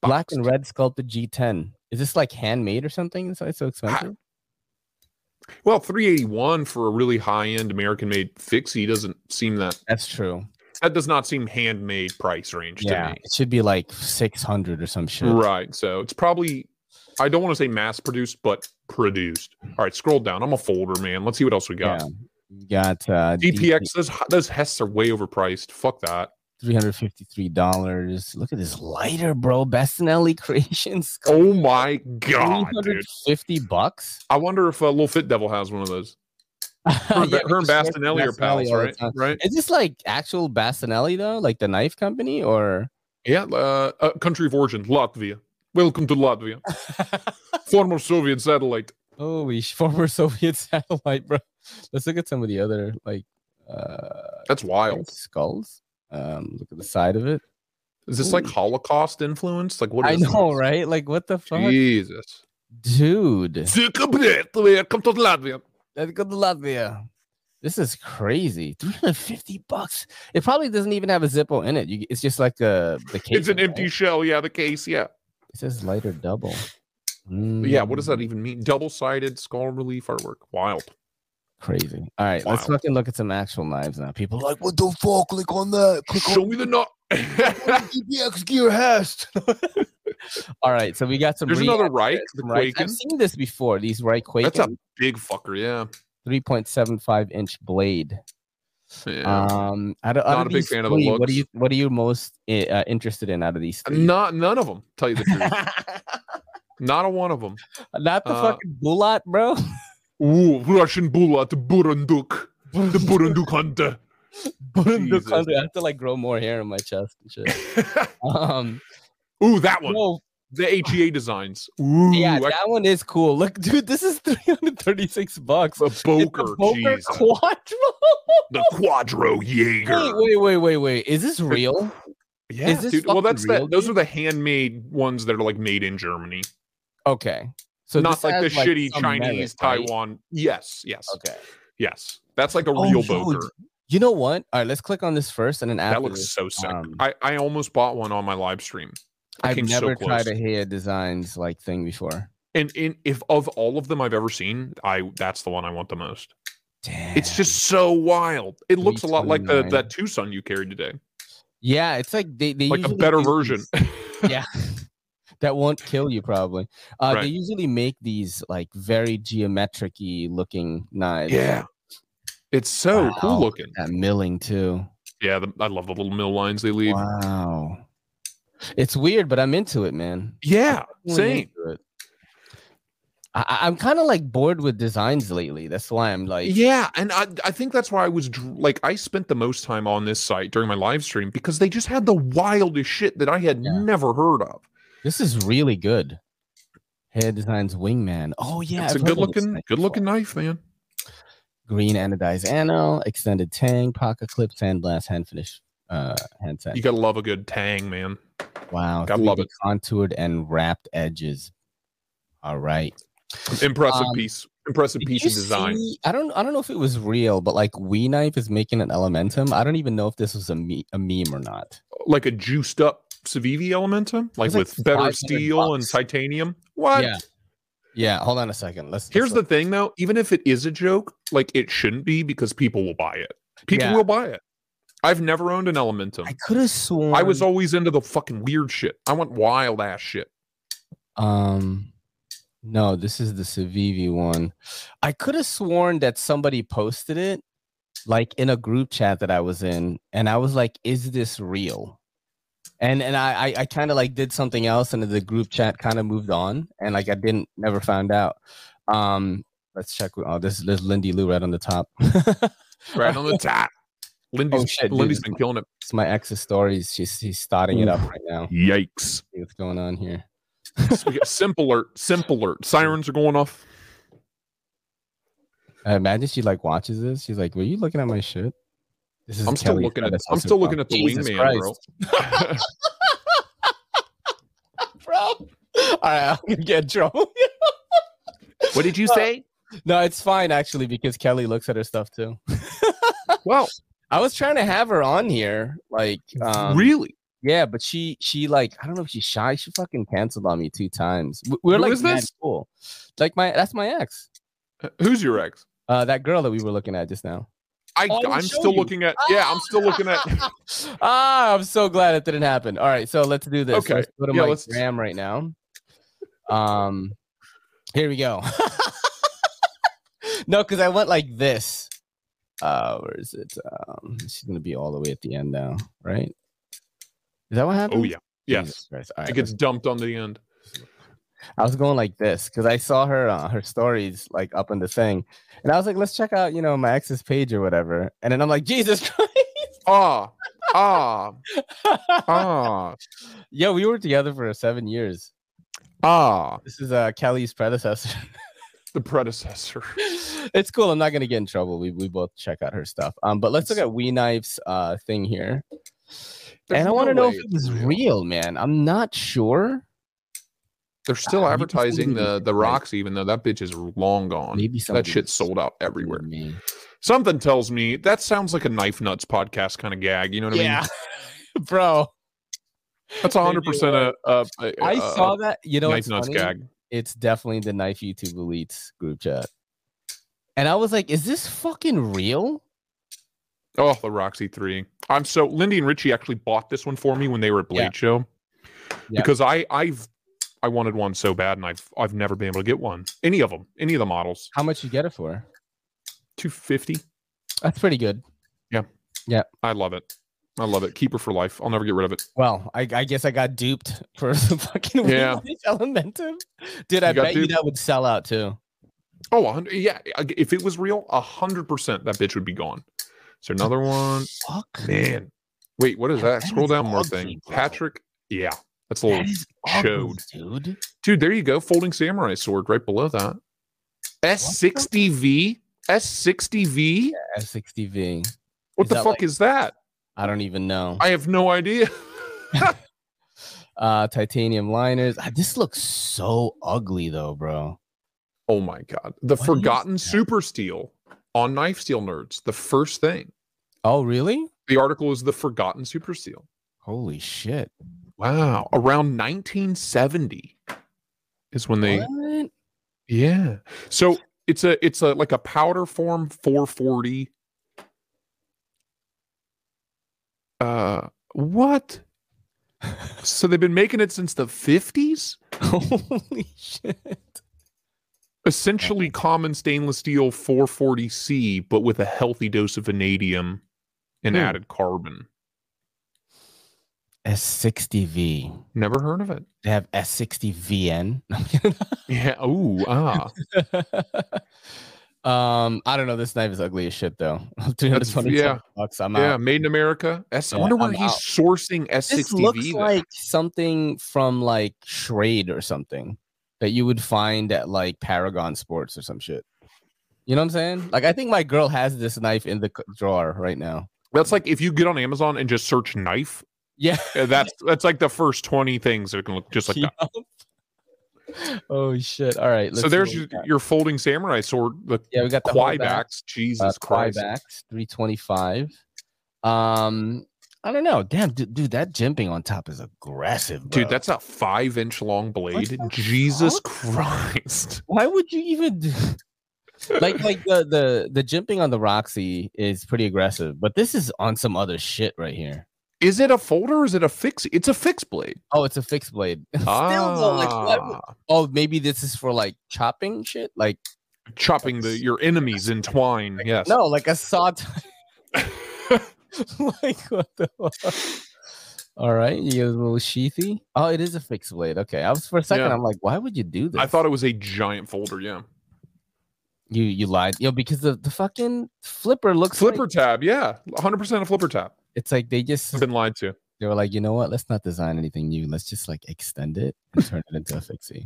Black and
Boxed.
red sculpted G10. Is this like handmade or something? That's why it's so expensive.
Ah, Well, 381 for a really high end American made fixie doesn't seem that
That's true.
that does not seem handmade price range
Yeah,
to me.
it should be like 600 or some shit.
Right. So it's probably I don't want to say mass produced, but produced. All right, scroll down. I'm a folder, man. Let's see what else we got.
You got uh,
DPX, those those Hess are way overpriced. Fuck that.
three hundred fifty three dollars. Look at this lighter, bro. Bestinelli Creations.
Oh my god,
Three
dude.
hundred fifty bucks.
I wonder if uh, Little Fit Devil has one of those. Her,
Yeah,
and Ba- her
because she
and
works
Bastinelli are
with Bastinelli
pals,
all the
right?
time.
Right?
Is this like actual Bastinelli though, like the knife company, or
Yeah. Uh, uh, country of origin, Latvia. Welcome to Latvia. Former Soviet satellite.
holy sh- former Soviet satellite, bro? Let's look at some of the other like uh,
That's wild.
skulls. Um, look at the side of it.
Is this like
Ooh.
Holocaust influence? Like what?
I
Is
know,
this?
right? Like, what the fuck,
Jesus.
dude?
Welcome to Latvia.
Let's go to Latvia. This is crazy. 350 bucks. It probably doesn't even have a Zippo in it. You, it's just like a the case.
It's an empty shell. Yeah, the case. Yeah.
It says lighter double.
But Yeah. What does that
Mm,
even mean? Double sided skull relief artwork. Wild.
Crazy. All right, let's
Wow.
fucking look at some actual knives now. People are like, what the fuck? Click on that. Click on
Show me the knot.
DPX gear has. All right, so we got some.
There's
re-
another Reich, the
some Reichs.
Quaken.
I've seen this before. These right Quaken,
That's a big fucker. Yeah.
3.75 inch blade.
Yeah.
Um, out of, out
Not
of
a big
these
fan of the
three, What
looks.
do you What are you most i- uh, interested in out of these three?
Not none of them. Tell you the truth. Not a one of them.
Not the
Uh,
fucking bulat, bro.
Ooh, Russian bullet, Burunduk, the Burunduk hunter.
Burunduk
Jesus.
hunter. I have to like grow more hair in my chest and shit. Um,
Ooh, that one.
no,
The HEA designs. Ooh,
yeah,
I-
that one is cool. Look, dude, this is three hundred thirty-six bucks.
the
It's
Boker.
a Boker
Jesus.
Quattro.
the Quadro Jaeger.
wait, wait, wait, wait, wait. Is this real?
Yeah,
Is this
dude. Well,
fucking
that's
real,
that. Those
dude?
are the handmade ones that are like made in Germany,
Okay, so
not
this
like the
has,
shitty
some merit,
Chinese
right?
Taiwan. Yes, yes,
Okay,
yes. That's like a
Oh,
real
yo,
Boker.
you know what? All right, let's click on this first, and then after
That looks
this,
so sick.
um,
I I almost bought one on my live stream. I
I've
came so
never
close.
tried a hair designs like thing before.
And in if of all of them I've ever seen, I that's the one I want the most.
Damn.
It's just so wild. It looks a lot like the
329.
that Tucson you carried today,
yeah, it's like they, they
like a
usually
better
do
version.
these- yeah. That won't kill you probably. Uh,
Right.
They usually make these like very geometric-y looking knives.
yeah, it's so
Wow.
cool looking.
That milling too.
Yeah, the, I love the little mill lines they leave.
Wow. It's weird, but I'm into it, man.
Yeah,
Really
same.
into it. I- I, I'm kind of like bored with designs lately. That's why I'm like,
Yeah, and I, I think that's why I was dr- like I spent the most time on this site during my live stream because they just had the wildest shit that I had
Yeah.
never heard of.
this is really good. Hair designs wingman. Oh yeah,
it's a
I've heard
good
of this
looking,
thing
good
before.
looking knife, man.
green anodized anno, extended tang, pocket clip, sandblast, hand finish, uh, handset.
You gotta love a good tang, man.
wow,
gotta love
3D Contoured and wrapped edges. All right.
Impressive
Um,
piece, impressive
Did
piece
you
of design.
see- I don't I don't know if it was real, but like We Knife is making an Elementum. I don't even know if this was a, me- a meme or not.
like a juiced up Civivi Elementum,
was like
like with better
500
steel and
bucks.
titanium. What?
Yeah. Yeah, hold on a second. Let's
Here's the thing though, even if it is a joke, like it shouldn't be because people will buy it. People
Yeah.
will buy it. I've never owned an Elementum.
I could have sworn
I was always into the fucking weird shit. I want wild ass shit.
Um, no, this is the Civivi one. I could have sworn that somebody posted it, like in a group chat that I was in, and I was like, "Is this real?" And and I I, I kind of like did something else, and the group chat kind of moved on, and like I didn't never found out. Um, let's check. with- Oh, this there's Lindy Lou right on the top.
Right on the top. Lindy's,
Oh, shit, dude.
Lindy's been killing it.
it's my ex's stories. She's she's starting it up right now.
Yikes.
See what's going on here?
So we got simp alert, simp alert. Sirens are going off.
I imagine she like watches this. She's like, "Were you looking at my shit?" This is
I'm still
Kelly's
looking at
predecessor,
I'm still
bro.
looking at the
Jesus
wingman,
Christ,
bro.
bro. All right, I'm gonna get drunk.
what did you say?
no, it's fine actually because Kelly looks at her stuff too.
Well,
I was trying to have her on here, like, um,
really?
yeah, but she she like I don't know if she's shy. She fucking canceled on me two times. We- We're
Who
like
is
mad
this?
cool. Like my that's my ex,
Who's your ex?
uh, that girl that we were looking at just now.
I,
Oh, I will
I'm
show
still
you.
looking at. Yeah, I'm still looking at.
ah, I'm so glad it didn't happen. All right, so let's do this.
Okay,
Let's go to
yeah,
my
let's-
gram right now. Um, here we go. no, because I went like this. Uh, where is it? Um, she's gonna be all the way at the end now, right? Is that what happened?
Oh yeah, yes.
All
It
right,
gets dumped on the end.
I was going like this because I saw her uh, her stories like up in the thing, and I was like, let's check out you know my ex's page or whatever, and then I'm like, Jesus
Ah, ah,
Christ.
ah,
Yo, we were together for seven years.
ah.
This is uh Kelly's predecessor.
The predecessor.
it's cool. I'm not gonna get in trouble. We we both check out her stuff. Um, but let's look at Wee Knife's uh thing here.
There's
and I
no
want to know
way
if it
it's
was
real.
real. man. I'm not sure.
They're still
Ah, you can still
advertising
do
the
this,
the
right?
rocks, even though that bitch is long gone.
Maybe
that
somebody
shit's
was
sold out everywhere.
Man.
Something tells me that sounds like a knife nuts podcast kind of gag. You know what I
Yeah,
mean?
bro.
That's hundred percent a. a, a
I
a-
saw
a
that. You know, what's
knife nuts
funny?
gag.
It's definitely the knife YouTube elites group chat. And I was like, is this fucking real?
Oh, the Roxy three. I'm so Lindy and Richie actually bought this one for me when they were at Blade
Yeah.
Show
Yeah.
because I I've I wanted one so bad and I've I've never been able to get one. Any of them, any of the models.
How much you get it for?
Two fifty.
That's pretty good.
I love it. I love it. Keep her for life. I'll never get rid of it.
Well, I, I guess I got duped for the fucking
Yeah.
Wii Life Elementum. Dude, I
You got
bet
duped.
you that would sell out too.
Oh, a hundred- yeah. I- If it was real, hundred percent that bitch would be gone. So another one.
Fuck.
Man, wait. What is that?
That
Scroll
is
down one more
ugly,
thing.
bro.
Patrick. Yeah, that's a little
That is
showed.
ugly, dude.
Dude, there you go. Folding samurai sword right below that. S60V. S60V.
S60V.
What
Is
the
that
fuck
like-
is that?
I don't even know.
I have no idea.
Uh, titanium liners. Ah, This looks so ugly though, bro.
oh my god. The
What is
forgotten
that?
super steel on knife steel nerds. The first thing.
Oh, really?
The article is the forgotten super steel.
Holy shit.
Wow. Around 1970 is when they
What?
Yeah. So it's a it's a like a powder form 440. Uh what? so they've been making it since the 50s?
Holy shit.
Essentially common stainless steel 440C, but with a healthy dose of vanadium and
Hmm.
added carbon.
S60V.
Never heard of it.
They have S60VN. No, I'm kidding.
Yeah. Oh, ah.
um, I don't know. This knife is ugly as shit, though. Three hundred
That's-
twenty
yeah.
bucks. I'm
yeah.
out.
Made in America. S- I
Yeah,
wonder where
I'm
he's
out.
sourcing
This
S60V.
looks
then.
like something from like Shrade or something that you would find at like Paragon Sports or some shit. You know what I'm saying? Like, I think my girl has this knife in the c- drawer right now.
That's like if you get on Amazon and just search knife.
Yeah.
uh, That's that's like the first twenty things that can look just like that.
Yup. oh shit! All right.
so
see
there's
what we
your,
got.
your folding samurai sword, the
yeah, we got the whole back.
Quibacks. Jesus
uh,
Christ.
buybacks, 325. Um, I don't know. Damn, dude, dude, that jimping on top is aggressive, bro.
Dude, that's a five inch long blade.
the
Jesus Christ.
why would you even do- like like the the the jimping on the Roxy is pretty aggressive, but this is on some other shit right here.
Is it a folder or is it a fix? It's a fixed blade.
Oh, it's a fixed blade. Still though, like, why would-
Ah,
oh, maybe this is for like chopping shit. Like
chopping the your enemies in twine. Yes.
no, like a saw. like what the fuck? All right, you get a little sheathy. Oh, it is a fixed blade. Okay, I was for a second.
Yeah.
I'm like, why would you do this?
I thought it was a giant folder. Yeah.
You you lied. Yo, because the, the fucking flipper looks
Flipper
like,
tab. Yeah. 100% a flipper tab.
it's like they just
I've been lied to.
they were like, you know what? Let's not design anything new. Let's just like extend it and turn it into a fixie.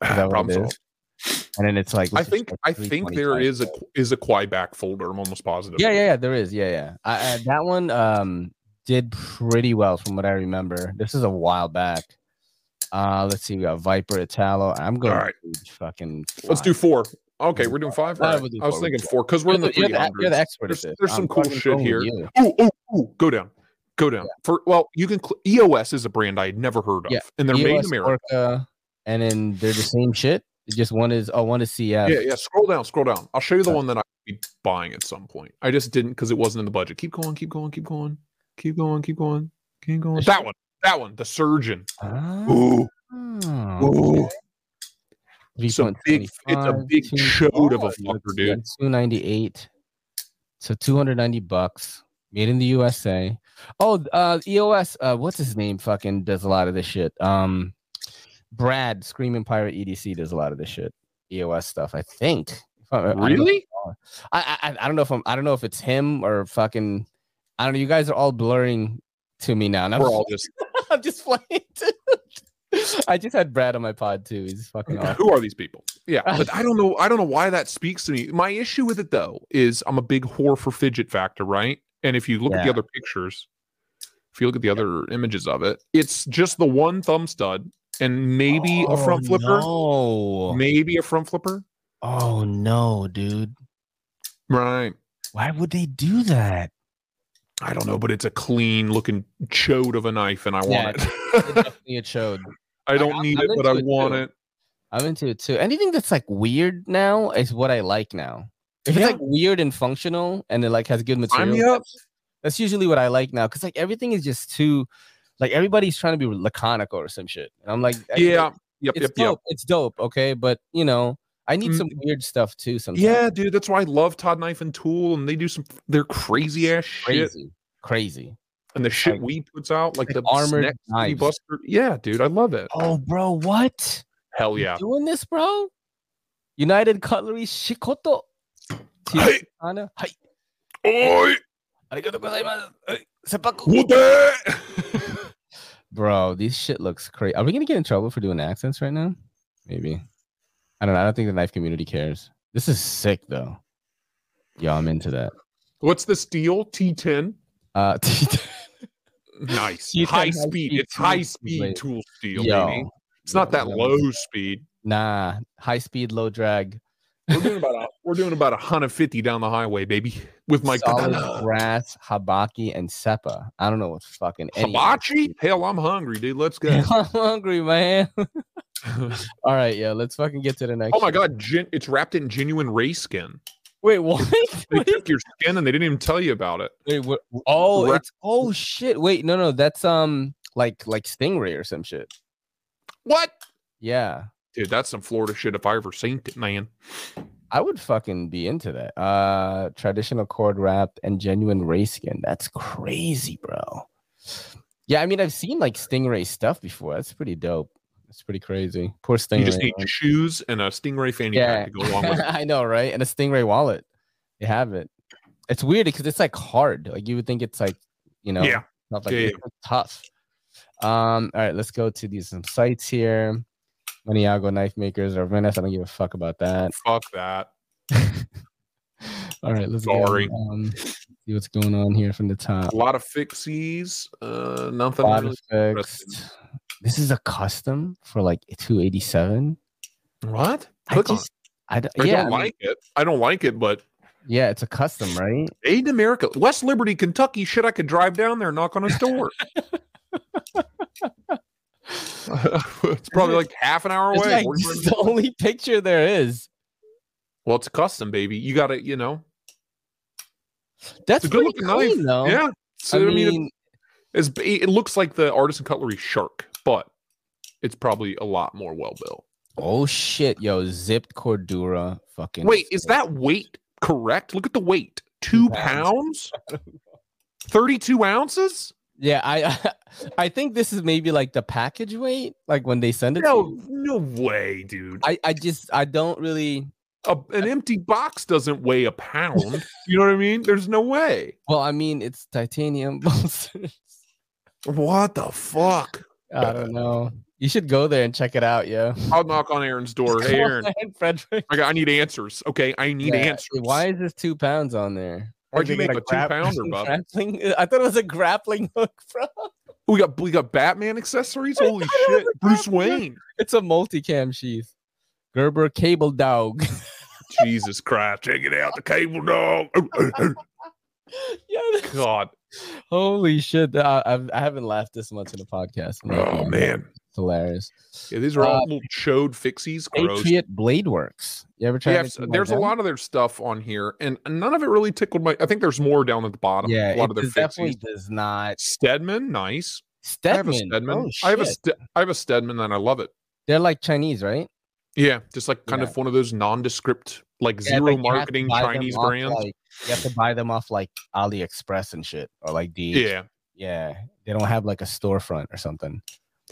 that what it
Problem
is?
solved.
And then it's like
I
let's just
think
go
I think there
325.
is a qu- is a Quieback folder. I'm almost positive.
Yeah, yeah, yeah. There is. Yeah, yeah. I, I, that one um did pretty well from what I remember. This is a while back. Uh let's see, we got Viper Italo. I'm going
right.
to fucking
Let's
five.
do four. Okay, we're doing five.
All right,
All right.
we'll do
I was
four, we'll
thinking
do
four because we're in
you're
the
the, you're the- you're
300s.
the expert at
There's-
this.
there's some
I'm
cool
fucking
shit
going
here.
with you.
Ooh, ooh, ooh, go down, go down. For well, you can cl- EOS is a brand I had never heard of,
Yeah, E
and they're made in
EOS
America.
Orca, and then they're the same shit. Just one is oh one is CF.
Yeah, yeah. Scroll down, scroll down. I'll show you the
Okay.
one that I'll be buying at some point. I just didn't because it wasn't in the budget. Keep going, keep going, keep going, keep going, keep going, keep going. That one, that one, the surgeon.
Ah.
Ooh,
Oh,
It's a big- it's a
3.25,
big
two-
chode of a
it looks good.
fucker, dude.
298. So 290 bucks. Made in the USA. Oh, uh EOS, uh what's his name fucking does a lot of this shit. Um Brad Screaming Pirate EDC does a lot of this shit. EOS stuff, I think. If I- I don't know if
really?
I, I I don't know if I'm I don't know if it's him or fucking I don't know. You guys are all blurring to me now. and I'm,
We're all just.
I'm just playing. dude. I just had Brad on my pod too. He's fucking awesome.
Who are these people? Yeah, but I don't know. I don't know why that speaks to me. My issue with it though is I'm a big whore for fidget factor, right? And if you look at the
Yeah.
other pictures, if you look at the other images of it, it's just the one thumb stud and maybe a front flipper,
Oh no.
maybe a front flipper.
oh no, dude.
Right.
Why would they do that?
I don't know, but it's a clean looking chode of a knife, and I want
Yeah, It's
it.
definitely a chode.
I don't
I'm-
need
I'm
it, but I
into it,
want
too.
it.
I'm into it too. Anything that's like weird now is what I like now. If
Yeah.
it's like weird and functional and it like has good material,
Sign me up.
That's usually what I like now because like everything is just too like everybody's trying to be laconic or some shit. And I'm like, I-
Yeah. Yep.
it's
yep. Yep.
dope. It's dope. Okay. But you know, I need
Mm.
some weird stuff too sometimes.
Yeah, dude. That's why I love Todd Knife and Tool, and they do some they're crazy ass shit.
Crazy. Crazy.
and the shit
Like-
we puts out,
like
like, the
armored
armored
knives.
buster. Yeah, dude, I love it.
Oh, bro. What?
Hell
You
yeah!
Doing this, bro? United Cutlery Shikoto.
Hey,
Tijuana. Hi.
oi,
Arigatou gozaimasu. Hey, seppaku.
what the?
Bro, this shit looks crazy. Are we gonna get in trouble for doing accents right now? Maybe. I don't know. I don't think the knife community cares. This is sick though. Yeah, I'm into that.
What's the steel T10?
Uh,
Nice,
T10
high
high
speed.
speed
It's high
tool blade.
speed tool steel.
Yo.
baby. It's not
Yo,
that
yo.
low speed.
nah, high speed, low drag,
We're doing about a, we're doing about 150 down the highway, baby, with my
solid
katana.
brass, habaki, and seppa. I don't know what's fucking any of
hibachi. Hell, I'm hungry, dude. Let's
this
go.
is. I'm hungry, man. All right, yeah, let's fucking get to the next.
oh my
shit.
god, gen- it's wrapped in genuine ray skin.
Wait, what?
They took your skin and they didn't even tell you about it.
Wait, what? Oh,
Ra-
it's oh shit. Wait, no, no, that's um like like stingray or some shit.
What?
Yeah.
Dude, that's some Florida shit if I ever seen it, man.
I would fucking be into that. Uh traditional cord wrapped and genuine ray skin. That's crazy, bro. Yeah, I mean I've seen like stingray stuff before. That's pretty dope. That's pretty crazy. Poor stingray.
you just need
man.
shoes and a stingray fanny
yeah.
pack to go along with it.
I know, right? And a stingray wallet. You have it. It's weird because it's like hard. Like you would think it's like, you know,
Yeah.
not like
Yeah,
it's tough. Um, all right, let's go to these some sites here. Maniago knife makers or Venice. I don't give a fuck about that.
Fuck that.
All right, let's
Sorry.
go. Um, see what's going on here from the top.
A lot of fixies. Uh, nothing.
Bottom
really
fixed. This is a custom for like 287.
What?
I
Click on
just, I don't,
it. I
yeah, I
don't
mean,
like it. I don't like it, but
yeah, it's a custom, right?
Aid in America, West Liberty, Kentucky. Shit, I could drive down there, knock on his door. it's probably like half an hour
It's
away.
like,
45
this is the only picture there is.
Well, it's custom, baby. You got to, you know.
That's
good
pretty
looking
cool,
knife.
though.
Yeah. So,
I
I
mean,
mean, it's, it's- it looks like the artisan cutlery shark, but it's probably a lot more well built.
oh shit, yo, zipped Cordura, fucking.
Wait, is
sick.
that weight correct? Look at the weight two
Two
pounds, 32 ounces?
Yeah, I, I think this is maybe like the package weight, like when they send it. to
No,
you.
no way, dude.
I, I just, I don't really.
a, an empty box doesn't weigh a pound. you know what I mean? There's no way.
Well, I mean, it's titanium bolsters.
What the fuck?
I don't know. You should go there and check it out, yo.
I'll knock on Aaron's door. Hey, Aaron,
Frederick.
I, got, I need answers. Okay, I need
Yeah,
answers.
Why is this two pounds on there?
Why'd
Like,
you
they
make
got
a two-pounder,
grappling-
bub?
grappling- I thought it was a grappling hook, bro.
We got we got Batman accessories.
I
Holy
thought it was
shit,
a
Bruce
Batman.
Wayne.
It's a multicam sheath. Gerber cable dog.
Jesus Christ, check it out. The cable dog.
yeah, that's-
God.
holy shit! I, I've, I haven't laughed this much in a podcast. I'm not
Oh
gonna lie.
man.
It's hilarious.
Yeah, these are all
Um,
little chode fixies. Gross.
Patriot Blade Works. You ever tried?
Yeah,
anything like
there's a
that?
lot of their stuff on here, and none of it really tickled my. I think there's more down at the bottom.
Yeah,
a lot
it
of their
does-
fixies.
definitely does not.
Stedman, nice. I have a
Stedman.
Stedman.
Oh,
I have a
shit.
Ste- I have a Stedman and I love it.
They're like Chinese, right?
Yeah, just like kind
Yeah.
of one of those nondescript, like
Yeah,
zero
like, you have to
marketing
buy them
Chinese
off,
brands.
like- you have to buy them off like AliExpress and shit, or like the
yeah,
yeah. They don't have like a storefront or something.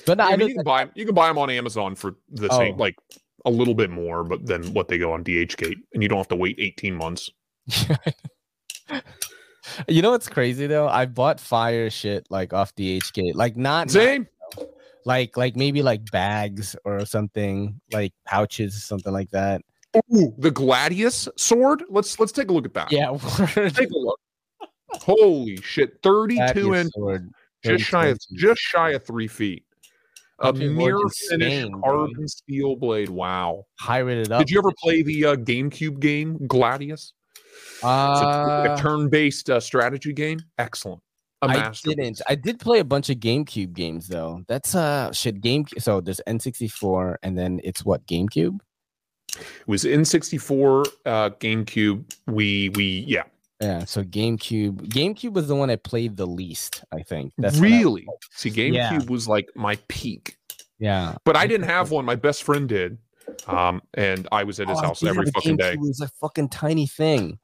But I
I mean,
just,
you can buy 'em- you can buy them on Amazon for the same,
Oh.
like a little bit more, but then what they go on DHgate, and you don't have to wait eighteen months.
you know what's crazy though? I bought fire shit like off DHgate, like not, not
Same.
like like maybe like bags or something, like pouches or something like that.
Ooh, the Gladius sword. Let's let's take a look at that.
Yeah, word.
take a look. Holy shit, thirty-two
Gladius
inch,
sword,
just shy of
32 inches.
just shy of three feet. A
Country of
mirror
origin
finish
Spain, bro.
carbon steel blade. Wow.
pirated up.
Did you ever play the uh, GameCube game Gladius? It's a-
Uh,
a turn-based uh, strategy game. Excellent. A
I
master.
didn't. I did play a bunch of GameCube games though. That's uh shit game. So there's N64 and then it's what GameCube
It was in 64 uh, GameCube. We we yeah.
Yeah, so GameCube. GameCube was the one I played the least, I think. That's when I-
really see GameCube
Yeah.
was like my peak,
yeah.
but I didn't have one. My best friend did, um, and I was at his
Oh,
house
yeah,
every
the
fucking
GameCube
day.
was a fucking tiny thing. It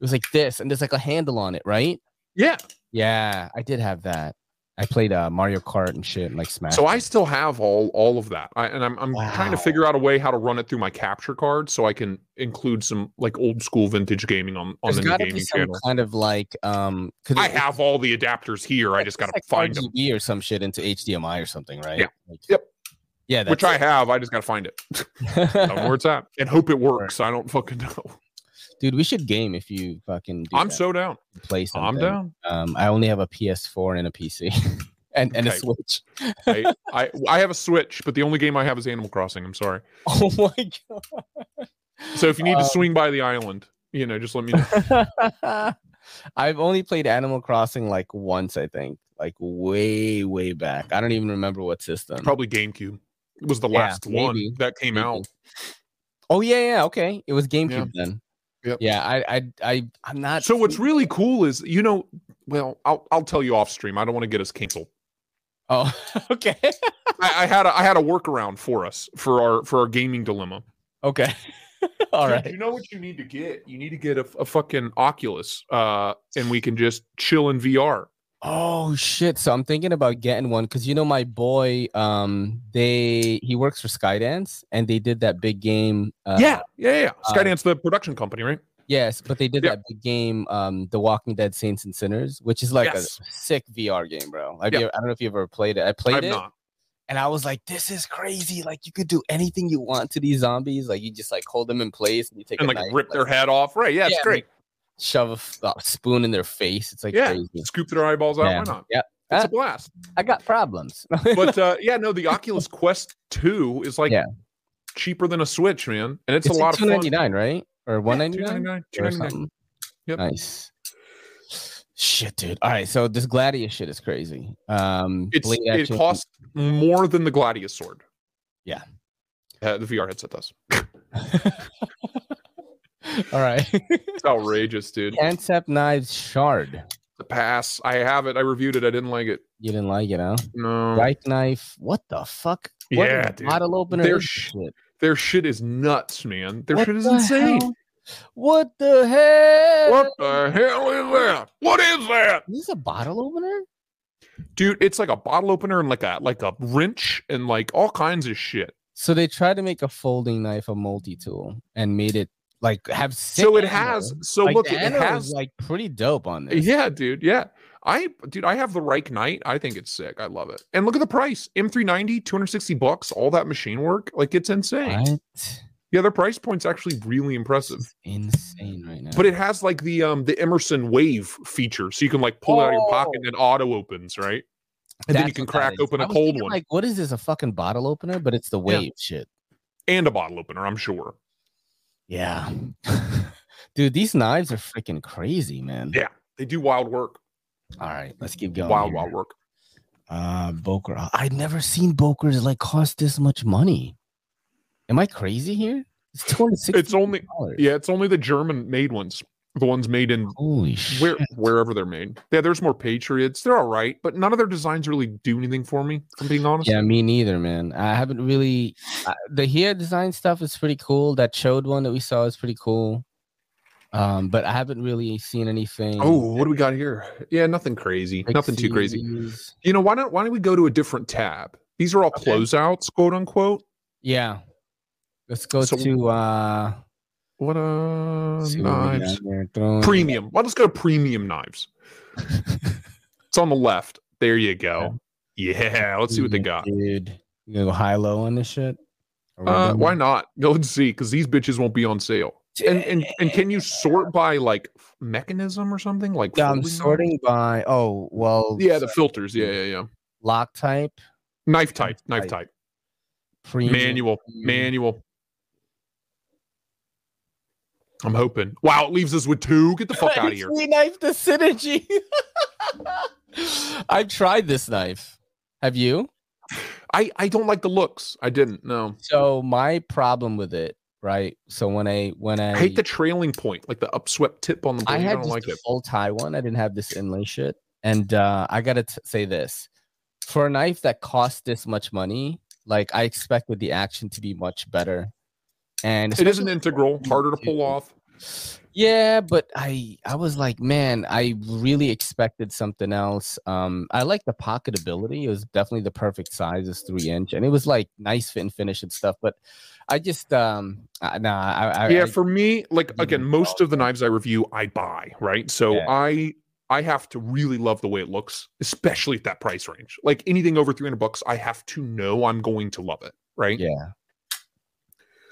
was like this, and there's like a handle on it, right?
Yeah.
Yeah, I did have that. I played uh Mario Kart and shit, and like Smash.
So I still have all all of that, I, and I'm I'm trying to
Wow.
figure out a way how to run it through my capture card so I can include some like old school vintage gaming on on
there's
the new
gotta be
gaming
some
channel.
kind of like um. 'cause
I
it- it's-
have all the adapters here. I just got to
it's like
find them,
RGB or some shit into HDMI or something, right?
Yeah.
Like-
Yep.
Yeah,
which I have. I just got to find it. I don't know where it's at and hope it works. I don't fucking know.
dude, we should game if you fucking. Do
I'm
that.
so down.
play
I'm
something.
down.
Um, I only have a PS4 and a PC, and and a
Okay.
Switch.
I, I I have a Switch, but the only game I have is Animal Crossing. I'm sorry.
Oh my god!
So if you need
Um,
to swing by the island, you know, just let me know.
I've only played Animal Crossing like once, I think, like way way back. I don't even remember what system.
Probably GameCube. It was the
Yeah,
last one
maybe,
that came
maybe.
out.
Oh yeah, yeah, okay. It was GameCube then.
Yep.
Yeah, I, I, I, I'm not.
So what's really cool is you know, well, I'll I'll tell you off stream. I don't want to get us canceled.
Oh, okay,
I, I had a I had a workaround for us for our for our gaming dilemma.
okay. All
Dude,
right.
You know what you need to get? You need to get a, a fucking Oculus, uh, and we can just chill in VR.
Oh shit! So I'm thinking about getting one because you know my boy, um, they he works for Skydance and they did that big game. Uh,
yeah, yeah, yeah.
um,
Skydance, the production company, right?
Yes, but they did
Yeah.
that big game, um, The Walking Dead Saints and Sinners, which is like
Yes.
a sick VR game, bro. Have
Yeah.
you- I don't know if you ever played it. I played
I'm
it
not.
and I was like, this is crazy. Like you could do anything you want to these zombies. Like you just like hold them in place and you take
And
a
like
knife,
rip their
like,
head off. Right? Yeah, it's
Yeah,
great.
shove a f- a spoon in their face. It's like
Yeah.
crazy.
Scoop their eyeballs out.
Yeah.
Why not?
Yeah. Ah.
It's a blast.
I got problems.
But uh, yeah, no, the Oculus Quest Two is like
Yeah.
cheaper than a Switch, man, and it's,
it's
a lot of
two
fun.
ninety nine, right? Or one ninety
Two ninety
nine.
nine. Two
or
ninety nine.
something.
Yep.
Nice. Shit, dude. All right, so this Gladius shit is crazy. Um,
It's
Blade
it
Action-
costs more than the Gladius sword.
Yeah.
Uh, the VR headset does.
All right,
It's outrageous, dude.
Concept Knives Shard.
The pass. I have it. I reviewed it. I didn't like it.
You didn't like it, huh?
No.
Right knife. What the fuck? What
Mm. Yeah,
a
dude.
bottle opener.
Their
is
sh-
this shit?
Their shit is nuts, man. Their
What
shit is
the
insane.
hell? What the hell?
What the hell is that? What is that?
Is this a bottle opener?
Dude, it's like a bottle opener and like a like a wrench and like all kinds of shit.
So they tried to make a folding knife a multi tool and made it like have. sick
so it
ammo.
has so
Like,
look
the
it
ammo is,
has
like pretty dope on this.
yeah, dude. Yeah. I dude, I have the Reich Knight. I think it's sick. I love it. And look at the price. M390, 260 bucks, all that machine work. Like it's insane.
What?
Yeah, their price point's actually really impressive.
It's insane right now.
But it has like the um the Emerson wave feature. So you can like pull it out of your pocket
Oh.
and it auto opens, right? And then you
That's
can
what that
crack
is.
open
I
a
was
cold
thinking,
one
Like, what is this? A fucking bottle opener? But it's the wave shit.
and a bottle opener, I'm sure.
Yeah. Dude, these knives are freaking crazy, man.
Yeah. They do wild work.
All right, let's keep going.
wild,
here.
wild work.
Uh, Boker. I- I'd never seen Bokers like cost this much money. Am I crazy here? It's two hundred sixty.
It's only yeah, it's only the German made ones. The ones made in
Holy shit.
where wherever they're made. Yeah, there's more Patriots. They're all right, but none of their designs really do anything for me. If I'm being honest.
Yeah, me neither, man. I haven't really. I, the hair design stuff is pretty cool. That showed one that we saw is pretty cool. Um, but I haven't really seen anything.
Oh, what do we got here? Yeah, nothing crazy.
like
nothing too crazy.
series.
You know, why don't why don't we go to a different tab? These are all
Okay.
closeouts, quote unquote.
Yeah. Let's go
So-
to uh
What uh
see what we got
knives?
here. Throwing-
Premium. Well, let's go to premium knives. it's on the left. There you go. Yeah, let's see what they got.
Dude, you gonna go high low on this shit? Or we're
Uh,
done?
why not? Go and see, because these bitches won't be on sale. And and and can you sort by like f- mechanism or something? Like
Yeah, I'm
folding knives?
sorting by oh well
Yeah, the filters. Yeah, yeah, yeah.
lock type,
Knife type, knife
Type. Mm-hmm.
type,
premium
manual, manual. I'm hoping. Wow, it leaves us with two. Get the fuck out of here.
Three knife the synergy. I've tried this knife. Have you?
I I don't like the looks. I didn't. No,
So my problem with it, right? So when I when I
I hate the trailing point, like the upswept tip on the blade.
I
I,
had
don't
just
like
the
it.
full tie one. I didn't have this inlay shit. And uh, I gotta t- say this: for a knife that costs this much money, like I expected the action to be much better. And
It isn't
especially-
integral, harder to pull off.
Yeah, but I I was like, man, I really expected something else. Um, I like the pocketability. It was definitely the perfect size, is three inch, and it was like nice fit and finish and stuff. But I just um, I, nah, I, I
yeah
I-
for me like
didn't
again
really
most of the knives i review i buy right so
Yeah.
i i have to really love the way it looks especially at that price range like anything over 300 bucks i have to know i'm going to love it right
Yeah.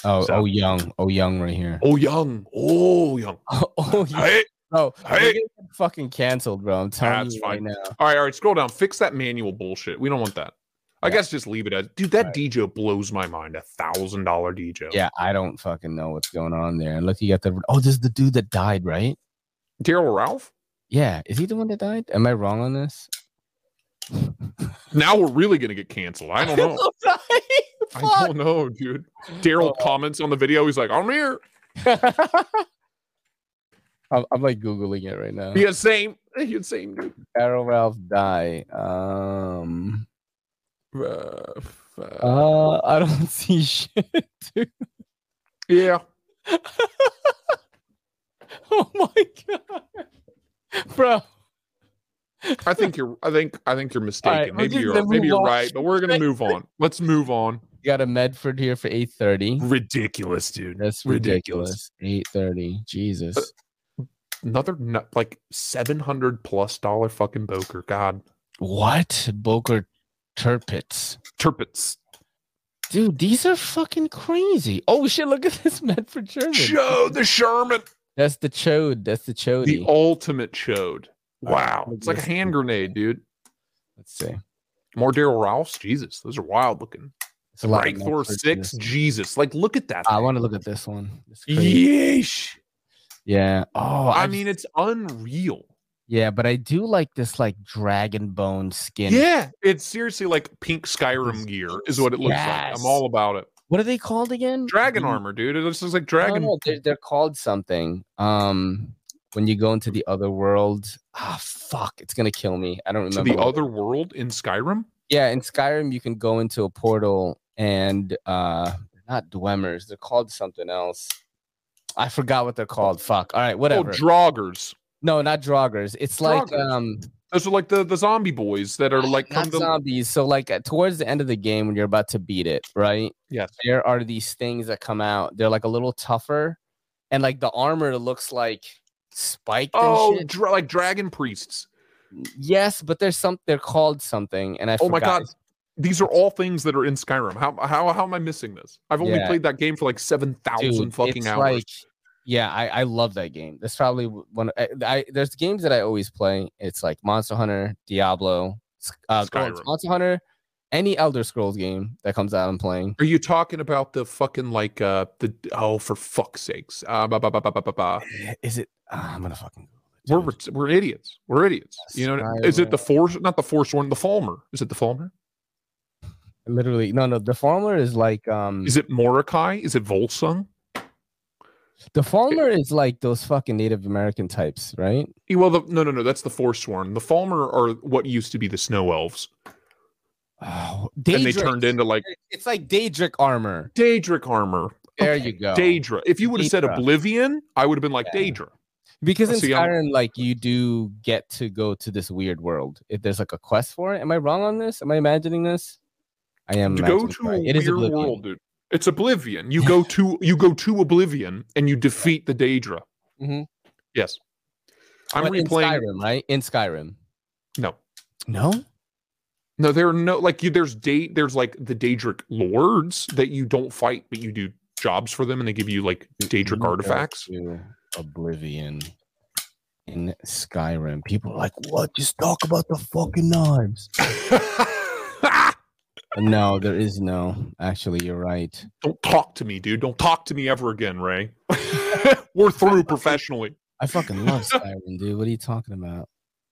oh
So-
oh young oh young right here.
oh young oh young
Oh, oh young.
hey.
Bro, we're
Hey.
getting fucking canceled, bro. I'm telling
That's
you right now.
all right all right scroll down fix that manual bullshit we don't want that i
Yeah.
guess just leave it at dude that
Right.
djo blows my mind a thousand dollar djo
Yeah, I don't fucking know what's going on there. And look, you got the oh, this is the dude that died, right?
daryl ralph
Yeah, is he the one that died? Am I wrong on this?
now we're really gonna get canceled i don't know
right?
i don't know dude daryl
Uh,
comments on the video he's like i'm here
Fuck. I'm, I'm like googling it right now.
Yeah, same. Yeah, same. dude.
Arrow Ralph die. Um,
Uh, f- uh,
Uh-huh. uh, I don't see shit.
yeah,
oh my god, bro.
I think you're. I think. I think you're mistaken.
right, we'll
maybe
just
you're.
move
Maybe you're
on.
right. But we're gonna move on. Let's move on.
You got a Medford here for eight thirty.
Ridiculous, dude.
That's ridiculous.
Mm, Ridiculous.
Eight thirty. Jesus.
Another nu- like seven hundred plus dollar fucking boker. God,
What Boker Turpits?
turpits.
Dude, these are fucking crazy. Oh shit! Look at this Medford German.
Show the Sherman.
That's the chode. That's the chode.
The ultimate chode.
All right,
Wow,
look
it's like a
this.
hand grenade, dude.
Let's see.
More Daryl Rouse. Jesus, those are wild looking.
It's a lot of
Right Thor
Medford
six.
in this.
Jesus, like look at that.
I
thing.
want to look at this one. It's crazy.
Yeesh.
Yeah. Oh,
I
mean.
mean, it's unreal.
Yeah, but I do like this like dragon bone skin.
Yeah, it's seriously like pink Skyrim
Yes.
gear is what it looks like.
Yes. Mm-hmm.
I'm all about it.
What are they called again?
Dragon
The-
armor, dude. It looks just like
no,
dragon.
no, they're, they're called something. Um, when you go into the other world, ah, fuck, it's gonna kill me. I don't
to
remember.
the
what-
other world in Skyrim.
Yeah, in Skyrim, you can go into a portal and uh, they're not Dwemers. They're called something else. I forgot what they're called. Fuck. All right, whatever.
Oh, Draugrs.
no, not Draugrs. It's like
Draugrs.
um,
Those are like the, the zombie boys that are like
Ah, not
come to-
zombies. So like at- towards the end of the game, when you're about to beat it, right?
Yes.
there are these things that come out. They're like a little tougher, and like the armor looks like spiked. and
Oh,
shit.
dra- like dragon priests.
yes, but there's some. They're called something, and I.
Oh my
forgot.
God. These are all things that are in Skyrim. How how how am I missing this? I've only
Yeah.
played that game for like seven thousand
Dude,
fucking
it's
hours.
Like, yeah, I, I love that game. That's probably w- one. I, I there's games that I always play. It's like Monster Hunter, Diablo, S- uh, oh, it's
Skyrim.
Monster Hunter, any Elder Scrolls game that comes out. I'm playing.
are you talking about the fucking like uh the oh for fuck's sakes? Uh, ba, ba, ba, ba, ba, ba, ba.
Is it? ah, I'm gonna fucking.
We're
Google it, dude.
ret- we're idiots. We're idiots. You know, what I- is it the force? Not the force one. The Falmer. Is it the Falmer?
Literally, no, no. The farmer is like um.
Is it Morokai? Is it Volsung?
The farmer is like those fucking Native American types, right?
Eh, Well, the, no, no, no. That's the Forsworn. The Falmer are what used to be the Snow Elves,
Oh,
and they turned into like
It's like Daedric armor.
Daedric armor.
There
Okay,
you go.
Daedra. If you would have said
Daedra.
Oblivion, I would have been like
Yeah.
Daedra.
Because in
See, I'm-
Skyrim, like you do get to go to this weird world. If there's like a quest for it, am I wrong on this? Am I imagining this? I am.
to go
imagining
to a
Mm, right.
weird
Oblivion.
world, dude. It's Oblivion. You go to you go to Oblivion and you defeat the Daedra.
Mhm.
Yes, I'm
But in
replaying.
Skyrim, right? In Skyrim.
No,
No.
no, there are no like you. There's date. There's like the Daedric lords that you don't fight, but you do jobs for them, and they give you like
You
Daedric
go
artifacts.
to Oblivion. In Skyrim, people are like, "What? Just talk about the fucking knives." No, there is no. Actually, you're right.
don't talk to me, dude. Don't talk to me ever again, Ray. We're through professionally.
I fucking love Skyrim, dude. What are you talking about?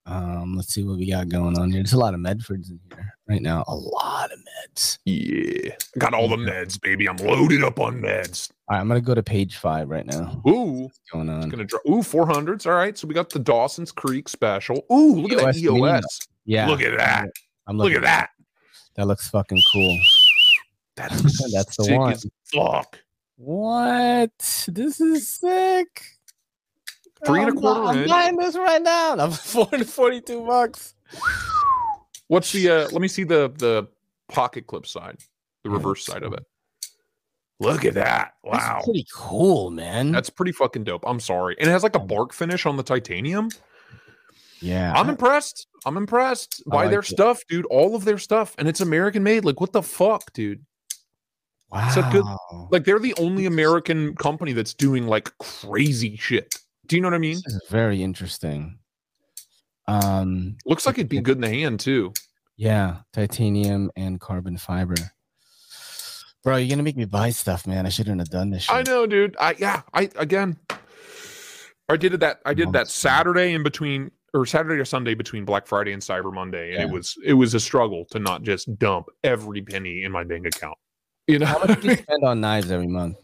Um, let's see what we got going on here. There's a lot of Medfords in here right now. A lot of meds.
Yeah, got all the meds, baby. I'm loaded up on meds.
All right, I'm gonna go to page five right now. What's
Ooh,
going on?
gonna draw. Ooh, 400s. All right, so we got the Dawson's Creek special. Ooh, look at that
EOS Mini.
EOS.
Yeah,
Look at that.
I'm
Look
looking.
at that.
That looks fucking cool.
That looks
That's the
sick
one.
as fuck.
What? This is sick.
Three and a
I'm bu-
quarter
I'm
in.
buying this right now. I'm four and forty-two bucks.
What's the? uh Let me see the the pocket clip side, the
Yeah,
reverse
that's
side of it. Look at that! Wow,
That's pretty cool, man.
that's pretty fucking dope. I'm sorry, and it has like a bark finish on the titanium.
yeah.
I'm impressed. I'm impressed
I
by
like
their
it.
stuff, dude. All of their stuff, and it's American made. Like, what the fuck, dude?
wow.
it's a good- Like, they're the only American company that's doing like crazy shit. Do you know what I mean?
This is very interesting. Um,
Looks like it'd be good in the hand too.
yeah, titanium and carbon fiber. Bro, you're gonna make me buy stuff, man. I shouldn't have done this. Shit.
I know, dude. I yeah. I again. I did it that. I did that
Monster.
Saturday in between, or Saturday or Sunday between Black Friday and Cyber Monday, and
Yeah.
it was it was a struggle to not just dump every penny in my bank account. You know,
How much do you spend on knives every month?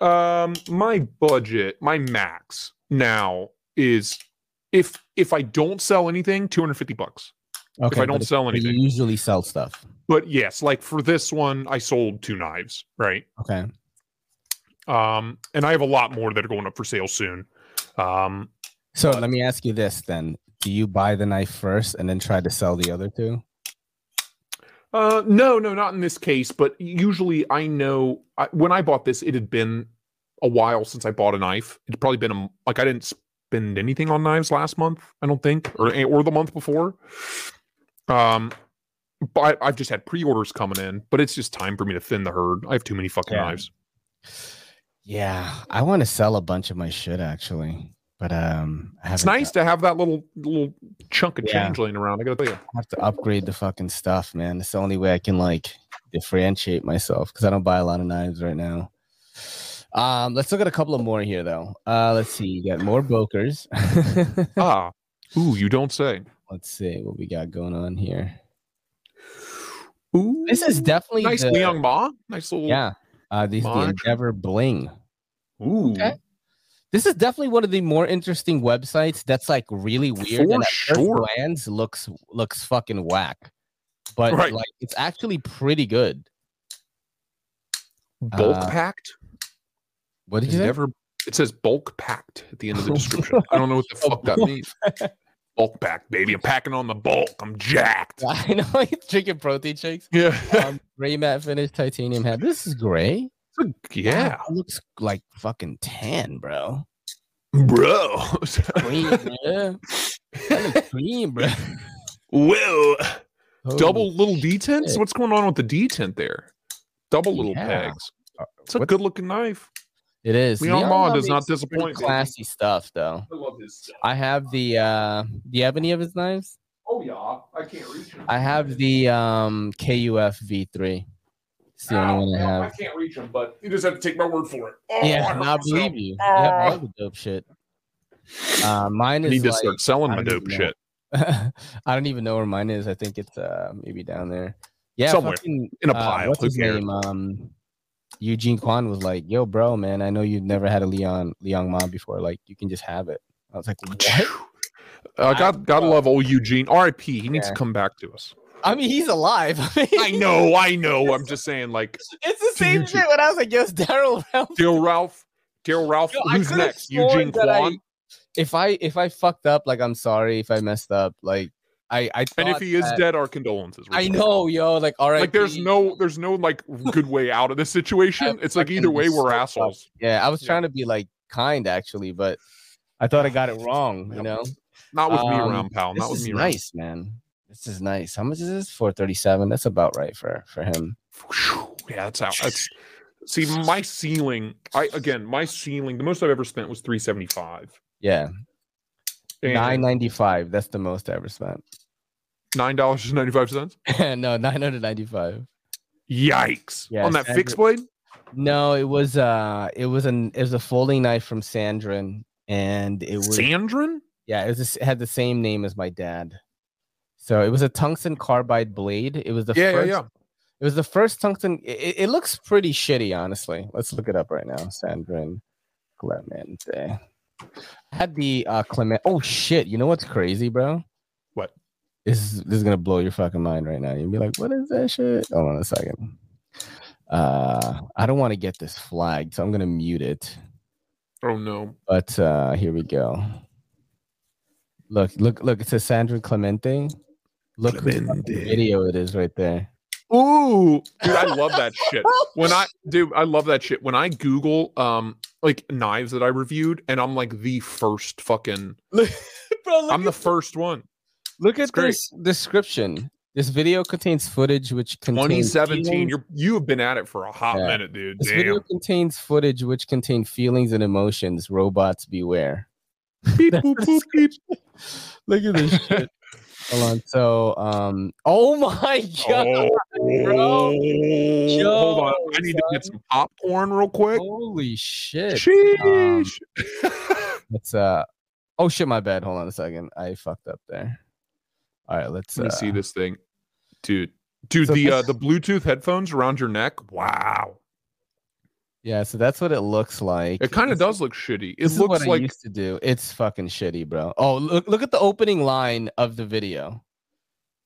Um, my budget, my max now is if if I don't sell anything, two hundred fifty bucks.
Okay,
if I
but
don't sell
but you
anything,
usually sell stuff.
but yes, like for this one, I sold two knives, right?
Okay,
Um, and I have a lot more that are going up for sale soon. Um,
So let me ask you this then: Do you buy the knife first and then try to sell the other two?
Uh, no, no, not in this case. But usually, I know I, when I bought this, it had been a while since I bought a knife. It'd probably been a, m- like I didn't spend anything on knives last month. I don't think, or eh, or the month before. Um, but I, I've just had pre-orders coming in. But it's just time for me to thin the herd. I have too many fucking
Yeah.
knives.
Yeah, I want to sell a bunch of my shit actually, but um, I
It's
haven't-
nice to have that little little chunk of
Yeah.
change laying around. I gotta tell you.
I have to upgrade the fucking stuff, man. It's the only way I can like differentiate myself because I don't buy a lot of knives right now. Um, let's look at a couple of more here though. Uh, let's see, you got more Bokers.
Ah, ooh, you don't say.
let's see what we got going on here.
Ooh,
This is definitely
nice
the-
young ma. Nice little
yeah. Uh, these the
March.
Endeavor Bling.
Ooh,
Okay. This is definitely one of the more interesting websites. That's like really weird.
For
and at
sure.
first glance looks looks fucking whack, but
Right.
like it's actually pretty good.
bulk
Uh,
packed.
What did
It's
you say?
never- It says bulk packed at the end of the description. I don't know what the
Oh,
fuck that
bulk
means. Bulk packed, baby. I'm packing on the bulk. I'm jacked.
I know you drinking protein shakes.
Yeah.
Um, gray matte finish, titanium head. This is gray.
yeah.
Wow, it looks like fucking tan, bro.
Bro.
Green, bro. That looks green, bro.
Whoa. Double
Holy
little detents?
shit.
What's going on with the detent there? Double little
Yeah. Uh,
pegs. It's a
what-
good looking knife.
It is.
Leon
Leon
Ma
Love
does not
makes some pretty
disappoint, baby.
Classy stuff, though.
I love this stuff.
I have the. uh Do you have any of his knives?
Oh, yeah. I can't reach him.
I have the um KUF V3. It's the only one I have.
can't reach him, but you just have to take Oh, my word for it.
Yeah, and I believe you. You have all
Ah.
the dope shit. Uh, mine
I
is
need to
like,
start selling
I
my
don't
dope
even know.
shit.
I don't even know where mine is. I think it's uh maybe down there. Yeah,
Somewhere.
fucking,
In a
uh,
pile.
what's
Who
his
cares?
name? Um, Eugene Kwan was like, "Yo, bro, man, I know you've never had a Leon Leon Ma before. Like, you can just have it." I was like, "What?"
Uh, God, gotta love old Eugene. R.I.P. He needs
Yeah.
to come back to us.
I mean, he's alive. I, mean,
I know, I know. I'm just saying, like
it's the
To
same
YouTube.
shit. When I was like, "Yes, Daryl Ralph."
Daryl Ralph, Daryl Ralph.
Yo, I
who's
could've
next?
sworn
Eugene
that I-
Kwan.
if I if I fucked up, like, I'm sorry if I messed up. Like, I I
And if
thought
he is
that-
dead, our condolences.
I know, yo. Like, all right,
Like, there's no, there's no like good way out of this situation. It's like either way, we're assholes.
Yeah, I was
Yeah.
trying to be like kind actually, but I thought I got it wrong. You
Yep.
know,
Not with me
Um,
around, pal. Not
this
with
is
me around.
nice, man. This is nice. How much is this? Four thirty-seven. That's about right for for him.
Phew. Yeah, that's how. That's see my ceiling. I again, my ceiling. The most I've ever spent was 375.
Yeah,
And
nine ninety-five. That's the most I ever spent.
nine dollars and ninety five cents.
no, nine hundred ninety-five.
Yikes!
Yeah,
On that
Sandra-
fixed blade.
No, it was uh, it was an it was a folding knife from Sandrin, and it was
Sandrin?
Yeah, it was this, it had the same name as my dad. So it was a tungsten carbide blade. It was the
Yeah, yeah,
first,
yeah.
It was the first tungsten. i- i- It, looks pretty shitty, honestly. Let's look it up right now. Sandrin Clemente had the uh Clement. Oh shit! You know what's crazy, bro?
What?
This is, this is gonna blow your fucking mind right now. You'll be like, "What is that shit?" Hold on a second. Uh, I don't want to get this flagged, so I'm gonna mute it.
Oh no.
But uh here we go. Look, look, look, it says Sandra Clemente. Look whose fucking
Clemente.
video it is right there.
Ooh, dude, I love that shit. When I do, I love that shit. When I Google um like knives that I reviewed, and I'm like the first fucking.
Bro, look,
I'm the first one.
look at
great.
this description. This video contains footage which contains
2017.
feelings-
You're you have been at it for a hot
Yeah.
minute, dude.
This video
Damn.
contains footage which contain feelings and emotions. Robots beware.
Beep, boop, boop, beep.
Look at this shit. Hold on. So, um, oh my god,
Oh,
bro.
hold on.
Yo,
I need to get
son.
some popcorn real quick.
holy shit.
Sheesh.
Let's uh oh shit, my bad. Hold on a second. I fucked up there. All right, let's
Let
uh,
me see this thing, dude. Dude,
So
the uh,
this-
the Bluetooth headphones around your neck. Wow,
yeah, so that's what it looks like.
it kind of
This-
does look shitty. It
this is what
looks
I
like
used to do. It's fucking shitty, bro. Oh, look look at the opening line of the video.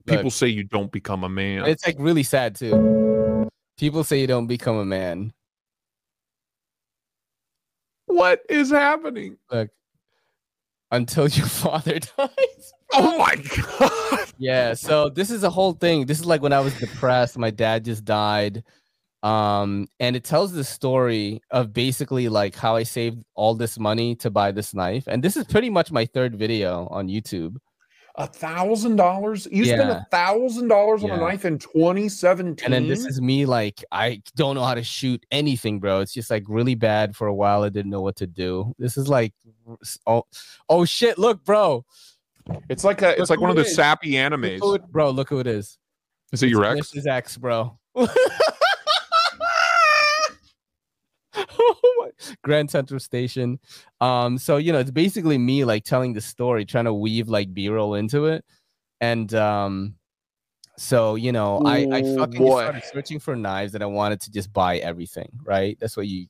Look,
people say you don't become a man.
it's like really sad too. People say you don't become a man.
What is happening?
Look, until your father dies.
Oh my god.
Yeah, so this is a whole thing. This is like when I was depressed, my dad just died. Um, and it tells the story of basically like how I saved all this money to buy this knife. And this is pretty much my third video on YouTube.
A thousand dollars? You spent
Yeah.
a thousand dollars on
Yeah.
a knife in 2017.
And then this is me like I don't know how to shoot anything, bro. It's just like really bad for a while. I didn't know what to do. This is like oh oh shit, look, bro.
it's like a
Look
it's like
who
one of the
it is.
sappy
Look
animes.
who it- bro, look who it is.
Is it your
It's
ex?
Mrs. X, bro. Oh my- Grand Central Station. Um, so you know, it's basically me like telling the story, trying to weave like B-roll into it. And um, so you know, I, I
Ooh,
fucking just
Oh, boy.
started searching for knives and I wanted to just buy everything, right? That's what you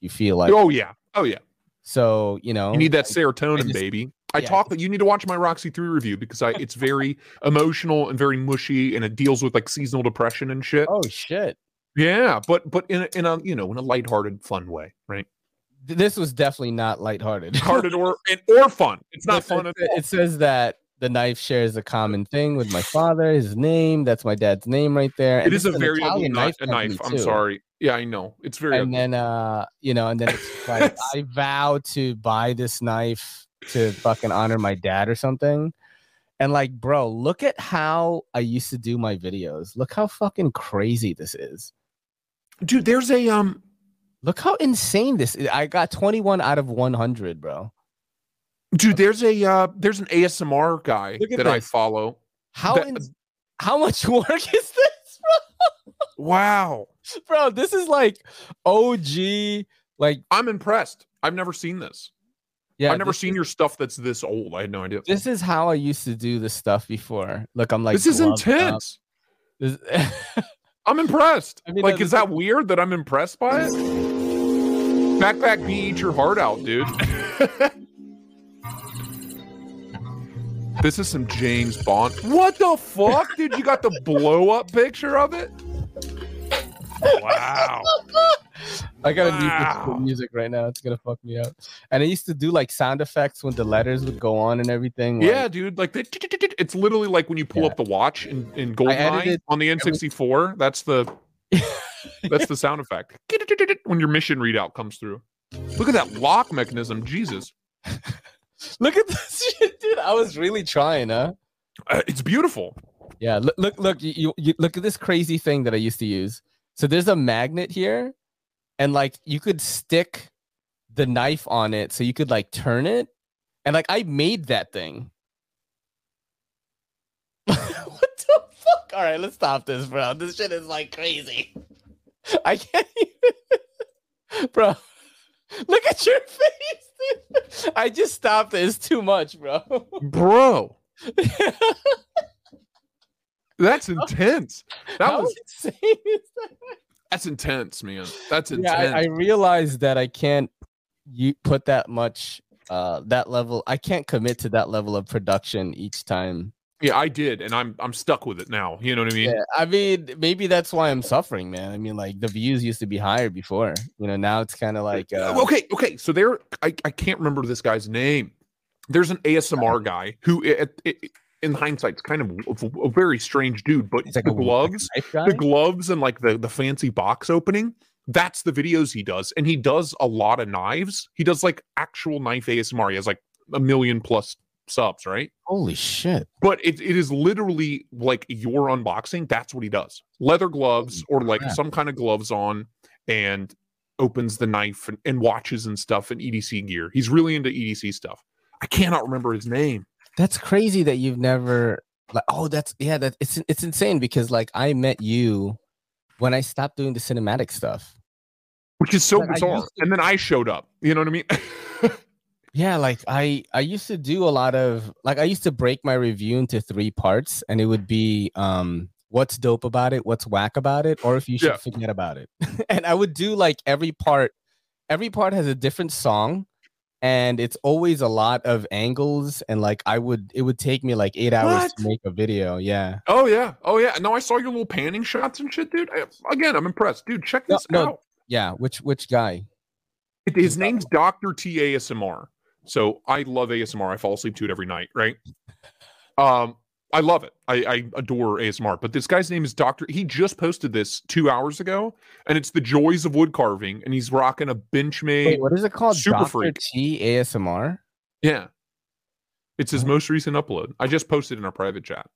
you feel like.
Oh yeah. Oh yeah.
So, you know,
You need that
Oh, I-
serotonin,
I just-
baby. I
yeah, I
talk. You need to watch my Roxy Three review because I it's very emotional and very mushy, and it deals with like seasonal depression and shit.
oh shit.
Yeah, but but in a, in a you know in a lighthearted, fun way, right?
Th- This was definitely not lighthearted.
Hearted or and, or fun. It's not
Listen,
fun at
it-
all.
It says that the knife shares a common thing with my father, his name. That's my dad's name right there.
It
and
is
this
a
an
very ugly
Italian
knife. A
company,
knife. I'm
too.
sorry. Yeah, I know. It's very.
And
ugly.
then, uh, you know, and then it's like, I vow to buy this knife to fucking honor my dad or something. And like, bro, look at how I used to do my videos. Look how fucking crazy this is.
dude, there's a um.
Look how insane this is. I got 21 out of 100, bro.
Dude, there's a uh, there's an ASMR guy
Look at
that I
this.
follow.
How
That-
ins- how much work is this, bro?
Wow,
bro this is like og like
I'm impressed. I've never seen this.
yeah
I've never
this,
seen your stuff that's this old. I had no idea.
this is how i used to do this stuff before look i'm like
this is
gloved up.
intense.
This-
I'm impressed.
I mean,
like,
that-
is that weird that I'm impressed by it? Backpack B, eat your heart out, dude. this is some James Bond. What the fuck, dude? You got the blow up picture of it? Wow.
i gotta deep
Wow.
into music right now it's gonna fuck me up and i used to do like sound effects when the letters would go on and everything like,
Yeah, dude. Like, the, it's literally like when you pull
Yeah.
up the watch in, in Goldeneye
edited
on the N64. That's the that's the sound effect when your mission readout comes through. Look at that lock mechanism, Jesus.
look at this shit dude i was really trying huh
Uh, it's beautiful.
yeah look look, look you, you, you look at this crazy thing that i used to use so there's a magnet here and like you could stick the knife on it so you could like turn it and like i made that thing what the fuck all right let's stop this bro this shit is like crazy i can't even bro look at your face dude. i just stopped it it's too much bro
Bro, that's intense. That
How
was
insane is that?
that's intense, man. That's intense.
yeah, I, I realized that I can't you put that much uh that level I can't commit to that level of production each time.
yeah, I did, and I'm I'm stuck with it now. You know what I mean?
Yeah, I mean maybe that's why I'm suffering, man. I mean like the views used to be higher before. You know, now it's kind of like uh,
Uh, okay, okay. So there, I, I can't remember this guy's name. There's an ASMR guy who, i- at- i- i- in hindsight, is kind of a, a very strange dude. But
He's like a-
the
like a
gloves,
knife guy?
the gloves, and like the the fancy box opening. That's the videos he does, and he does a lot of knives. He does like actual knife ASMR. He has like a million plus subs, right?
Holy shit.
But it, it is literally like your unboxing. That's what he does. Leather gloves or like
crap.
some kind of gloves on and opens the knife and, and watches and stuff and EDC gear. He's really into EDC stuff. I cannot remember his name.
That's crazy that you've never like oh that's yeah that it's it's insane because like I met you when I stopped doing the cinematic stuff.
Which is so
Like, I
bizarre.
used
And then I showed up. You know what I mean?
Yeah, like I I used to do a lot of like I used to break my review into three parts and it would be um what's dope about it, what's whack about it, or if you should
Yeah.
forget about it. and I would do like every part every part has a different song and it's always a lot of angles and like I would it would take me like 8 hours to make a video. Yeah.
oh yeah. Oh yeah. No, I saw your little panning shots and shit, dude. I, again, I'm impressed. Dude, check
No,
this
no.
out.
Yeah, which which guy?
His name's Doctor T ASMR. So I love ASMR. I fall asleep to it every night. Right. Um, I love it. I, I adore ASMR. But this guy's name is Doctor. He just posted this two hours ago, and it's the joys of wood carving. And he's rocking a
Wait,
Benchmade.
what is it called?
Super
Dr.
Freak.
T ASMR.
Yeah. It's his most recent upload. I just posted in our private chat.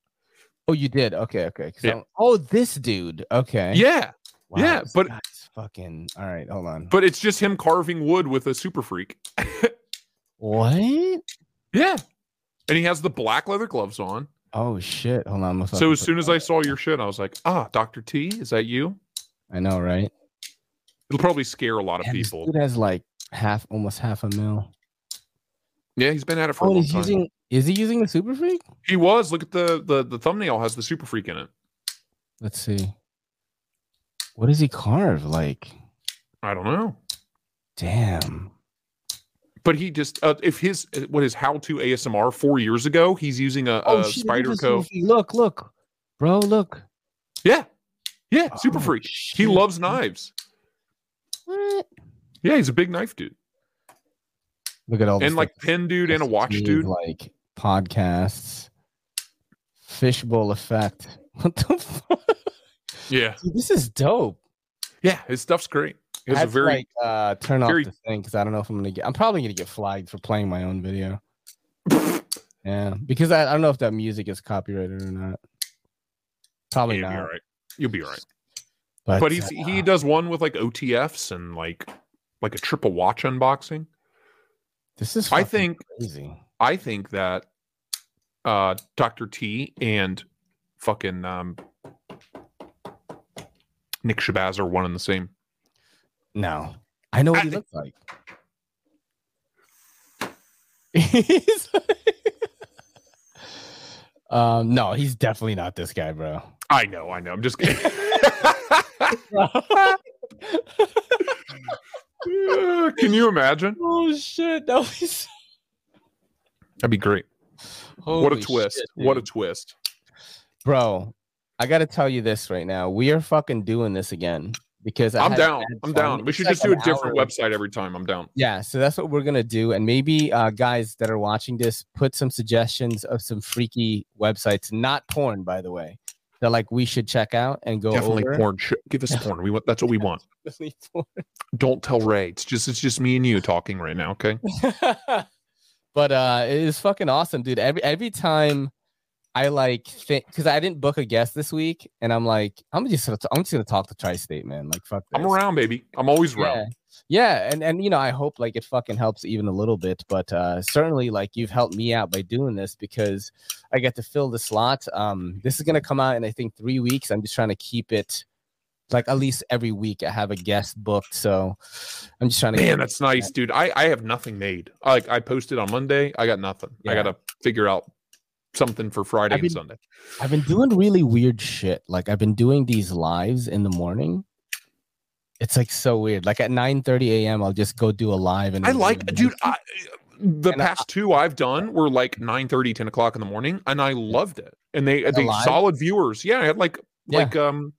Oh, you did. Okay, okay. 'Cause
Yeah.
I'm- Oh, this dude. Okay.
Yeah, yeah,
this
but-
guy's fucking. All right, hold on.
but it's just him carving wood with a super freak.
what?
Yeah. And he has the black leather gloves on.
Oh shit! Hold on. I'm gonna
So
fucking
as
put-
soon as I saw your shit, I was like, ah, Dr. T, is that you?
I know, right?
It'll probably scare a lot of
Damn, this
people.
dude has like half, almost half a mil.
Yeah, he's been at it for a
Oh,
long
he's
time.
using. Is he using the super freak?
He was. Look at the, the the thumbnail has the super freak in it.
Let's see. What does he carve? Like,
I don't know.
damn.
But he just uh, if his what his how to ASMR four years ago, he's using a, a
Oh, shit, look at
Uh, spider
this
co.
little thing. Look, look, bro, look.
Yeah. Yeah, super
Oh,
freak. He
shit,
loves
dude.
knives.
What?
Yeah, he's a big knife dude.
Look at all this
And like pen dude and a
Yes,
watch
we need,
dude.
Oh, like podcasts, fishbowl effect. What the fuck?
Yeah.
Dude, This is dope.
Yeah, his stuff's great. He has a
That's
very
like, uh, turn off
very-
the thing because I don't know if I'm gonna get. I'm probably gonna get flagged for playing my own video. yeah, because I, I don't know if that music is copyrighted or not.
Yeah,
Probably
you'll be all
not.
right. You'll be all right.
But,
But he's
uh,
he does one with like OTFs and like like a triple watch unboxing.
this is.
I
fucking
think
crazy.
I think that uh Dr. T and fucking um Nick Shabazz are one and the same.
No, I know what
I
he
think-
looks like. He's like- um, no, he's definitely not this guy, bro.
I know, I know. I'm just kidding. Can you imagine?
oh shit! That was
That'd be great. what a twist. what a twist.
bro! I gotta tell you this right now. We are fucking doing this again because I
I'm
had
down.
bad fun.
I'm down. We
It's
should
like
just do a
an
different
hour.
website every time. I'm down.
Yeah, so that's what we're gonna do, and maybe uh, guys that are watching this, put some suggestions of some freaky websites, not porn, by the way, that like we should check out and go
Definitely
over.
porn. Sh- Give us porn. We want that's what we want.
Definitely porn.
Don't tell Ray. It's just it's just me and you talking right now, okay?
but uh, it is fucking awesome, dude. Every every time I like think because I didn't book a guest this week, and I'm like, I'm just gonna t- I'm just gonna talk to Tri State, man. Like, fuck. This.
I'm around, baby. I'm always
Yeah.
around.
yeah, and and you know, I hope like it fucking helps even a little bit, but uh certainly like you've helped me out by doing this because I get to fill the slot. Um this is going to come out in I think 3 weeks. I'm just trying to keep it like at least every week I have a guest booked, so I'm just trying to
Man, that's nice, dude. I I have nothing made. Like I posted on Monday. I got nothing.
Yeah.
I gotta figure out something for Friday
I've
and
been-
Sunday.
I've been doing really weird shit. Like I've been doing these lives in the morning. It's like so weird. Like at 9:30 a.m. I'll just go do a live and
I
it'll be
like, dude. I, the
Mm-hmm. And I-
past two I've done were like 9 30, 10 o'clock in the morning, and I loved it. And they they
live?
solid viewers. Yeah, I had like
Yeah.
like um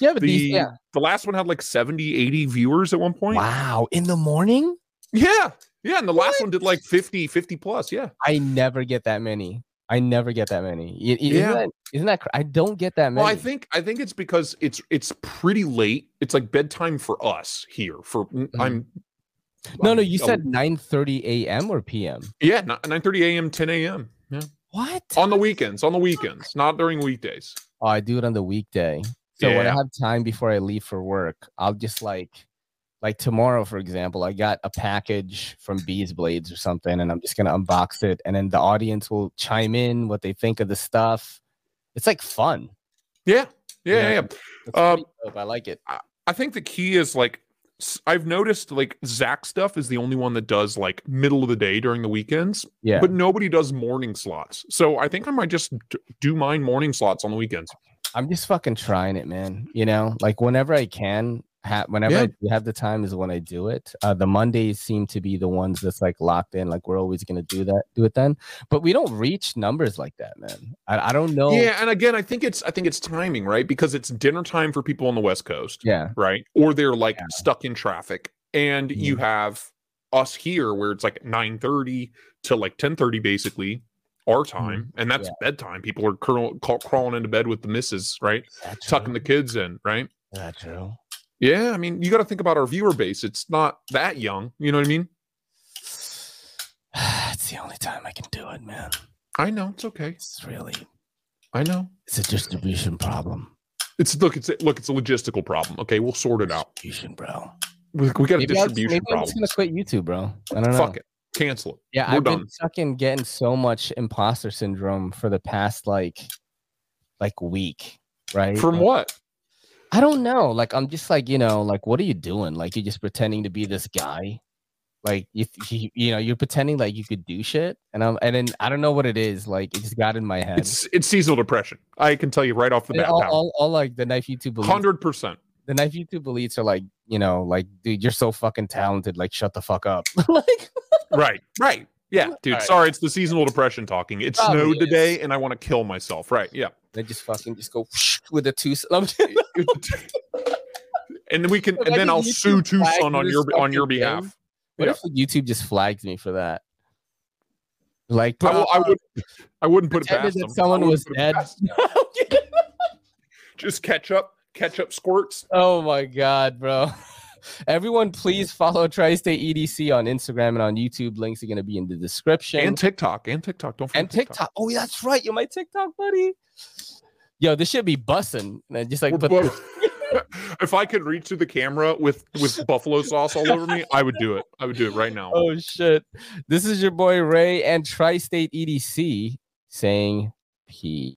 yeah, but
the
these, yeah.
the last one had like 70, 80 viewers at one point.
Wow, in the morning?
Yeah. Yeah. And the last one did like 50, 50 plus. Yeah.
I never get that many. I never get that many. Y- y-
Yeah.
Isn't that, isn't that cr- I don't get that many.
Well, I think I think it's because it's it's pretty late. It's like bedtime for us here. For mm, I'm
Mm-hmm. no, no,
I'm-
you
oh,
said 9:30 a.m. or p.m.
yeah, nine thirty a.m., ten a.m. Yeah,
What?
on the weekends, on the weekends, not during weekdays.
Oh, I do it on the weekday. So when I
Yeah.
have time before I leave for work, I'll just like like tomorrow, for example, I got a package from Bees Blades or something, and I'm just gonna unbox it, and then the audience will chime in what they think of the stuff. It's like fun.
Yeah, yeah,
Yeah.
yeah. yeah.
It's
Um,
pretty dope. I like it.
I think the key is like s- I've noticed like Zach stuff is the only one that does like middle of the day during the weekends,
Yeah.
but nobody does morning slots. So I think I might just d- do mine morning slots on the weekends.
I'm just fucking trying it, man. You know, like whenever I can, ha- whenever
Yeah.
I do have the time is when I do it. Uh, the Mondays seem to be the ones that's like locked in. Like we're always gonna do that, do it then. But we don't reach numbers like that, man. I, I don't know.
Yeah, and again, I think it's I think it's timing, right? Because it's dinner time for people on the West Coast,
Yeah. Mm-hmm.
right? Or they're like stuck in traffic, and you have us here where it's like 9 30 to like 10 30 basically our
Mm-hmm.
time and that's bedtime people are curl, ca- crawling into bed with the misses right tucking the kids in right
That's true.
yeah i mean you got to think about our viewer base it's not that young you know what i mean
it's the only time I can do it, man.
i know it's okay
It's really
i know
it's a distribution problem.
it's look it's look it's a logistical problem okay we'll sort it out
Distribution, bro.
we, we got a
Maybe, I was,
distribution
maybe I'm just
problem
gonna quit YouTube, bro. I don't know.
fuck it cancel it
Yeah,
We're
I've
done.
been fucking getting so much imposter syndrome for the past like like week, right?
from
Like,
what
I don't know. Like I'm just like, you know, like what are you doing? Like you're just pretending to be this guy. Like if you you know, you're pretending like you could do shit. And I'm and then I don't know what it is. Like it just got in my head.
it's it's seasonal depression i can tell you right off the
And
bat
all,
Powell.
all, all like the knife YouTube elites,
Hundred percent.
the knife YouTube elites are like, you know, like dude, you're so fucking talented. Like shut the fuck up. like
Right. Right. Yeah, dude.
Alright.
Sorry, it's the seasonal depression talking. It
Probably
snowed
is.
today, and I want to kill myself. Right. Yeah.
they just fucking just go with the two. I'm just-
and then we can, and
Imagine
then I'll
YouTube
sue
flagged
Tucson on
this
your on your
fucking
behalf.
thing. What if YouTube just flagged me for that? Like,
I, will, I
bro,
would. I wouldn't put it
pretended
past
that
them. I
someone
wouldn't
was
put it
dead.
past them. Just catch up. Catch up squirts.
oh my god, bro! Everyone, please follow Tri-State EDC on Instagram and on YouTube. Links are going to be in the description
And TikTok. And TikTok. Don't forget
And TikTok. Oh, yeah, that's right. You're my TikTok buddy. Yo, this should be bussing. And I just like,
We're
put
both- if I could reach to the camera with with buffalo sauce all over me, I would do it. I would do it right now.
oh shit! This is your boy Ray and Tri-State EDC saying peace.